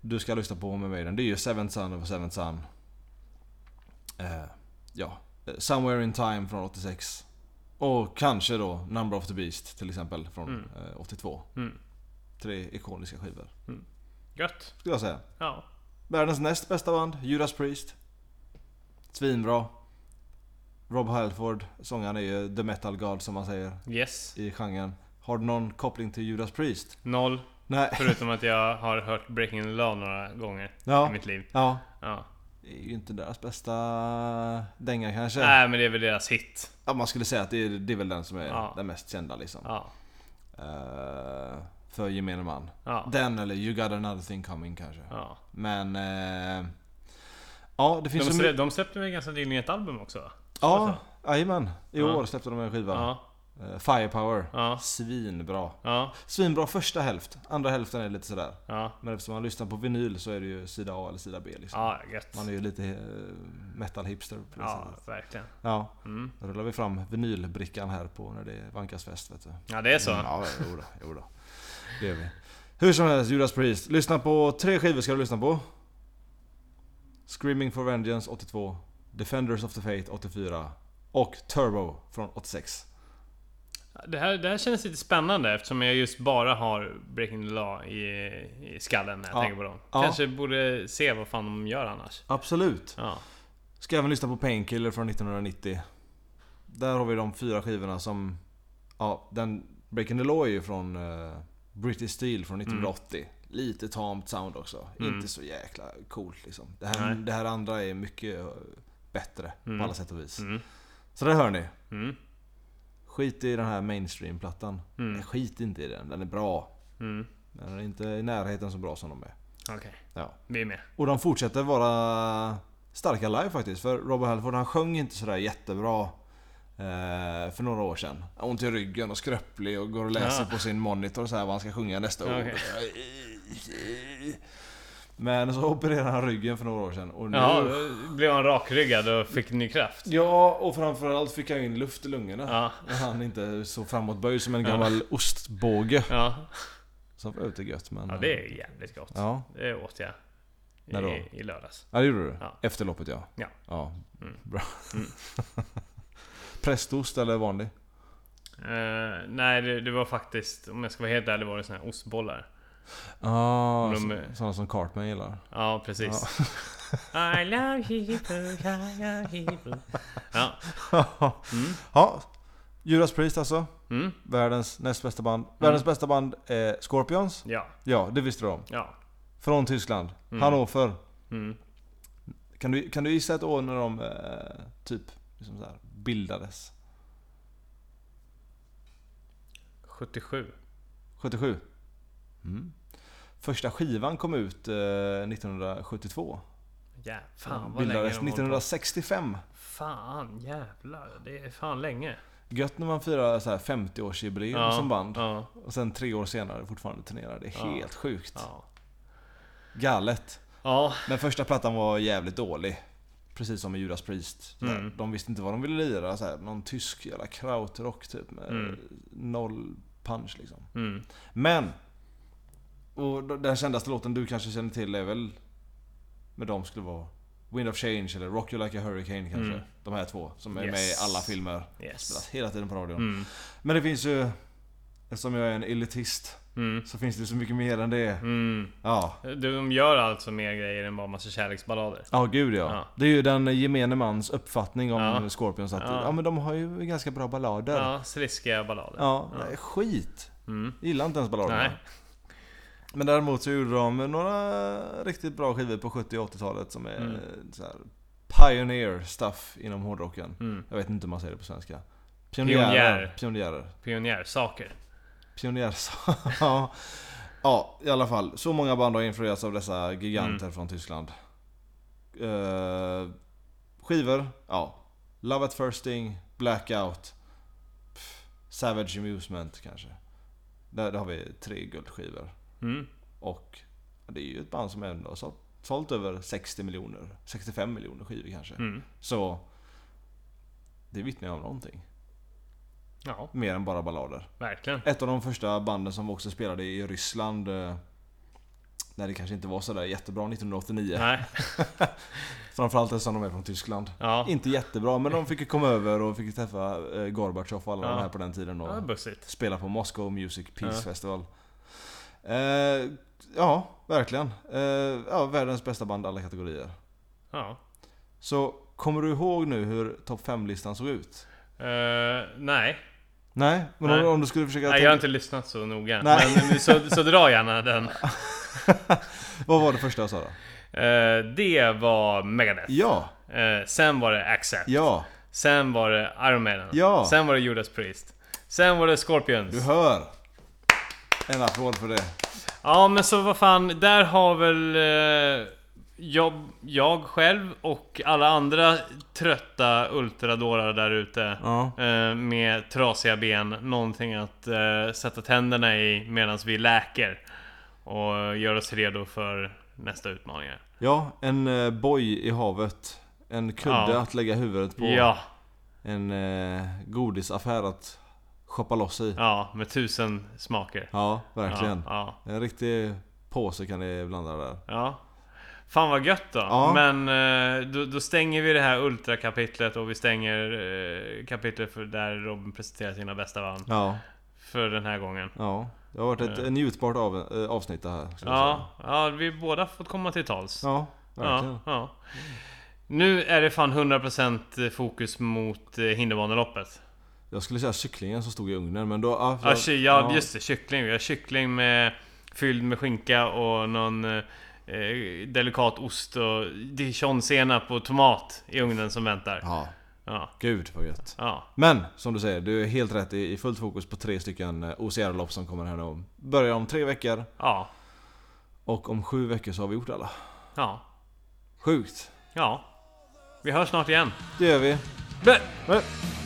du ska lyssna på med Maiden. Det är ju Seventh Son of a Seventh Son. Eh, ja. Eh, Somewhere in Time från 86. Och kanske då Number of the Beast till exempel från Mm. eh, 82. Mm. Tre ikoniska skivor. Gött. Skulle jag säga. Ja. Världens näst bästa band, Judas Priest. Svinbra. Rob Halford, sångaren är ju the metal god som man säger Yes. i genren. Har du någon koppling till Judas Priest? Noll. Nej. Förutom att jag har hört Breaking the Law några gånger i Ja. mitt liv. Ja. Ja. Det är ju inte deras bästa dänga kanske. Nej men det är väl deras hit. Ja, man skulle säga att det är, det är väl den som är Ja. den mest kända liksom. Ja. Eh, för gemene man. Ja. Den eller You got another thing coming kanske. ja. Men... eh, ja, det De, finns så släpp, mycket... de släppte väl ganska nyligen ett album också? va? Ja, jajamän. I Ja. år släppte de en skiva. Ja. Eh, Firepower. Ja. Svinbra. Ja. Svinbra första hälft. Andra hälften är lite sådär. Ja. Men eftersom man lyssnar på vinyl så är det ju sida A eller sida B liksom. Ja, gött. Man är ju lite eh, metal-hipster på det Ja, sättet. verkligen. Ja. Mm. Då rullar vi fram vinylbrickan här på när det är vankas fest vet du. Ja, det är så. Mm, ja, jo då, jo då. Det gör vi. Hur som helst, Judas Priest. Lyssna på tre skivor ska du lyssna på. Screaming for Vengeance 82, Defenders of the Fate 84 och Turbo från 86. Det här, det här känns lite spännande eftersom jag just bara har Breaking the Law i, i skallen när jag Ja. tänker på dem. Ja. Kanske borde se vad fan de gör annars. Absolut. Ja. Ska även lyssna på Painkiller från 1990. Där har vi de fyra skivorna som... Ja, den Breaking the Law är ju från eh, British Steel från 1980. Lite tamt sound också. Mm. Inte så jäkla coolt liksom. Det här, Nej. det här andra är mycket eh, bättre Mm. på alla sätt och vis. Mm. Så där hör ni. Mm. Skit i den här mainstream-plattan. Mm. Nej, skit inte i den. Den är bra. Mm. Men den är inte i närheten så bra som de är. Okej, Ja. vi är med. Och de fortsätter vara starka live faktiskt. För Robert Halford han sjöng inte sådär jättebra eh, för några år sedan. Han har Ont i ryggen och skröplig och går och läser Ja. på sin monitor så här vad han ska sjunga nästa Okej. år. Men så opererade han ryggen för några år sedan. Och nu, Ja, ja. då blev han rakryggad och fick ny kraft. och framförallt fick han in luft i lungorna. Ja, Han är inte så framåtböjd som en gammal ostbåge. ja. Som för övrigt är gött men... ja det är jävligt gott. Ja. Det åt jag i, Mm. När då? i lördags. Ja det gjorde du? Ja. Efter loppet ja? Ja. Mm. Bra. Prästost eller vanlig? Eh, nej, det, det var faktiskt, om jag ska vara helt ärlig, var det såna här ostbollar. Ah, De så- är- sådana som Cartman gillar. Ja, precis. I love Hebrew, I love Hebrew. Ja. Mm. Ja, Judas Priest alltså. Mm. Världens näst bästa band. Världens bästa band är Scorpions. Ja. Ja, det visste du om. Ja. Från Tyskland. Mm. Hannover. Mm. Kan du, kan du gissa ett år när de eh, typ liksom så här, bildades? 77. 77? Mm. Första skivan kom ut eh, 1972. Ja, fan vad länge de bildades håller på. 1965. Fan jävlar. Det är fan länge. Gött när man firar så här 50-årsjubileum Ja, som band. Ja. Och sen tre år senare fortfarande turnerar. Det är Ja. helt sjukt. Ja. Galet. ja. Men första plattan var jävligt dålig. Precis som med Judas Priest. sådär. Mm. De visste inte vad de ville lira. Såhär, någon tysk jävla krautrock typ med Mm. noll punch liksom. Mm. Men! Och d- den kändaste låten du kanske känner till är väl... Med dem skulle vara Wind of Change eller Rock You Like A Hurricane kanske. Mm. De här två som är med i Yes. alla filmer. Spelas Yes. hela tiden på radion. Mm. Men det finns ju... Eftersom jag är en elitist Mm. så finns det så mycket mer än det. Mm. Ja. De gör alltså mer grejer än bara massa kärleksballader. Ja, gud ja. Ja. Det är ju den gemene mans uppfattning om Ja. Scorpions att ja. Ja. men de har ju ganska bra ballader. Ja, Ja, sliskiga ballader. nej, skit. Mm. Gillar inte ens balladerna. Nej. Men däremot så gjorde de några riktigt bra skivor på 70 och 80-talet som är Mm. eh, så här, pioneer stuff inom hårdrocken. Mm. Jag vet inte hur man säger det på svenska. Pionjärer. Pionjärer. Pionjärsaker. Pionjärer. ja. ja, i alla fall. Så många band har influerats av dessa giganter från Tyskland. Eh, skivor, ja. Love at First Sting, Blackout, pff, Savage Amusement kanske. Där, där har vi tre guldskivor. Mm. Och det är ju ett band som ändå har sålt, sålt över 60 miljoner, 65 miljoner skivor kanske. Mm. Så det vittnar ju om någonting. Ja, Mer än bara ballader. verkligen. Ett av de första banden som också spelade i Ryssland eh, När det kanske inte var sådär jättebra 1989 Nej. Framförallt eftersom de är från Tyskland Ja. Inte jättebra men de fick ju komma över och fick träffa eh, Gorbatjov och alla Ja. de här på den tiden och Ja, bussigt. spela på Moscow Music Peace Ja. Festival eh, Ja, verkligen eh, ja, Världens bästa band alla kategorier Ja. Så kommer du ihåg nu hur topp 5-listan såg ut? Eh, nej. Nej, men om- Nej. om du skulle försöka nej, tänka- jag har inte lyssnat så noga. Nej. Men, så, så dra gärna den. Vad var det första jag sa då? Eh, det var Megadeth. Ja, Eh, sen var det Accept. ja, Sen var det Iron Maiden. Ja. Sen var det Judas Priest. Sen var det Scorpions. du hör! En applåd för det. Ja men så vad fan, där har väl eh, jag, jag själv och alla andra trötta ultradårar där ute Ja. eh, med trasiga ben någonting att eh, sätta tänderna i medan vi läker och gör oss redo för nästa utmaning. här. Ja, en eh, boj i havet. En kudde Ja. att lägga huvudet på. Ja, En eh, godisaffär att shoppa loss i. Ja, ja, med tusen smaker. verkligen. Ja, En riktig påse kan ni blanda där. ja, ja. Fan vad gött då! Ja. Men eh, då, då stänger vi det här ultrakapitlet och vi stänger eh, kapitlet för där Robin presenterar sina bästa band. Ja, För den här gången. ja. Det har varit ett Eh. njutbart av, eh, avsnitt det här. skulle jag Ja, säga. ja, vi båda fått komma till tals. ja, verkligen. ja, ja. Nu är det fan 100% fokus mot eh, hinderbaneloppet. Jag skulle säga cyklingen som stod i ugnen men då... Ah, Ja, ky- ja, just det. Kyckling. Vi har kyckling med, fylld med skinka och någon eh, eh, delikat ost och dijonsenap och tomat i ugnen som väntar. Ja, Ja, gud vad gött. ja, Men som du säger, du är helt rätt i i fullt fokus på tre stycken eh, OCR-lopp som kommer här nu. Börjar om tre veckor ja, och om sju veckor så har vi gjort alla. ja. Sjukt! ja. Vi hörs snart igen. Det gör vi. Bä- Men-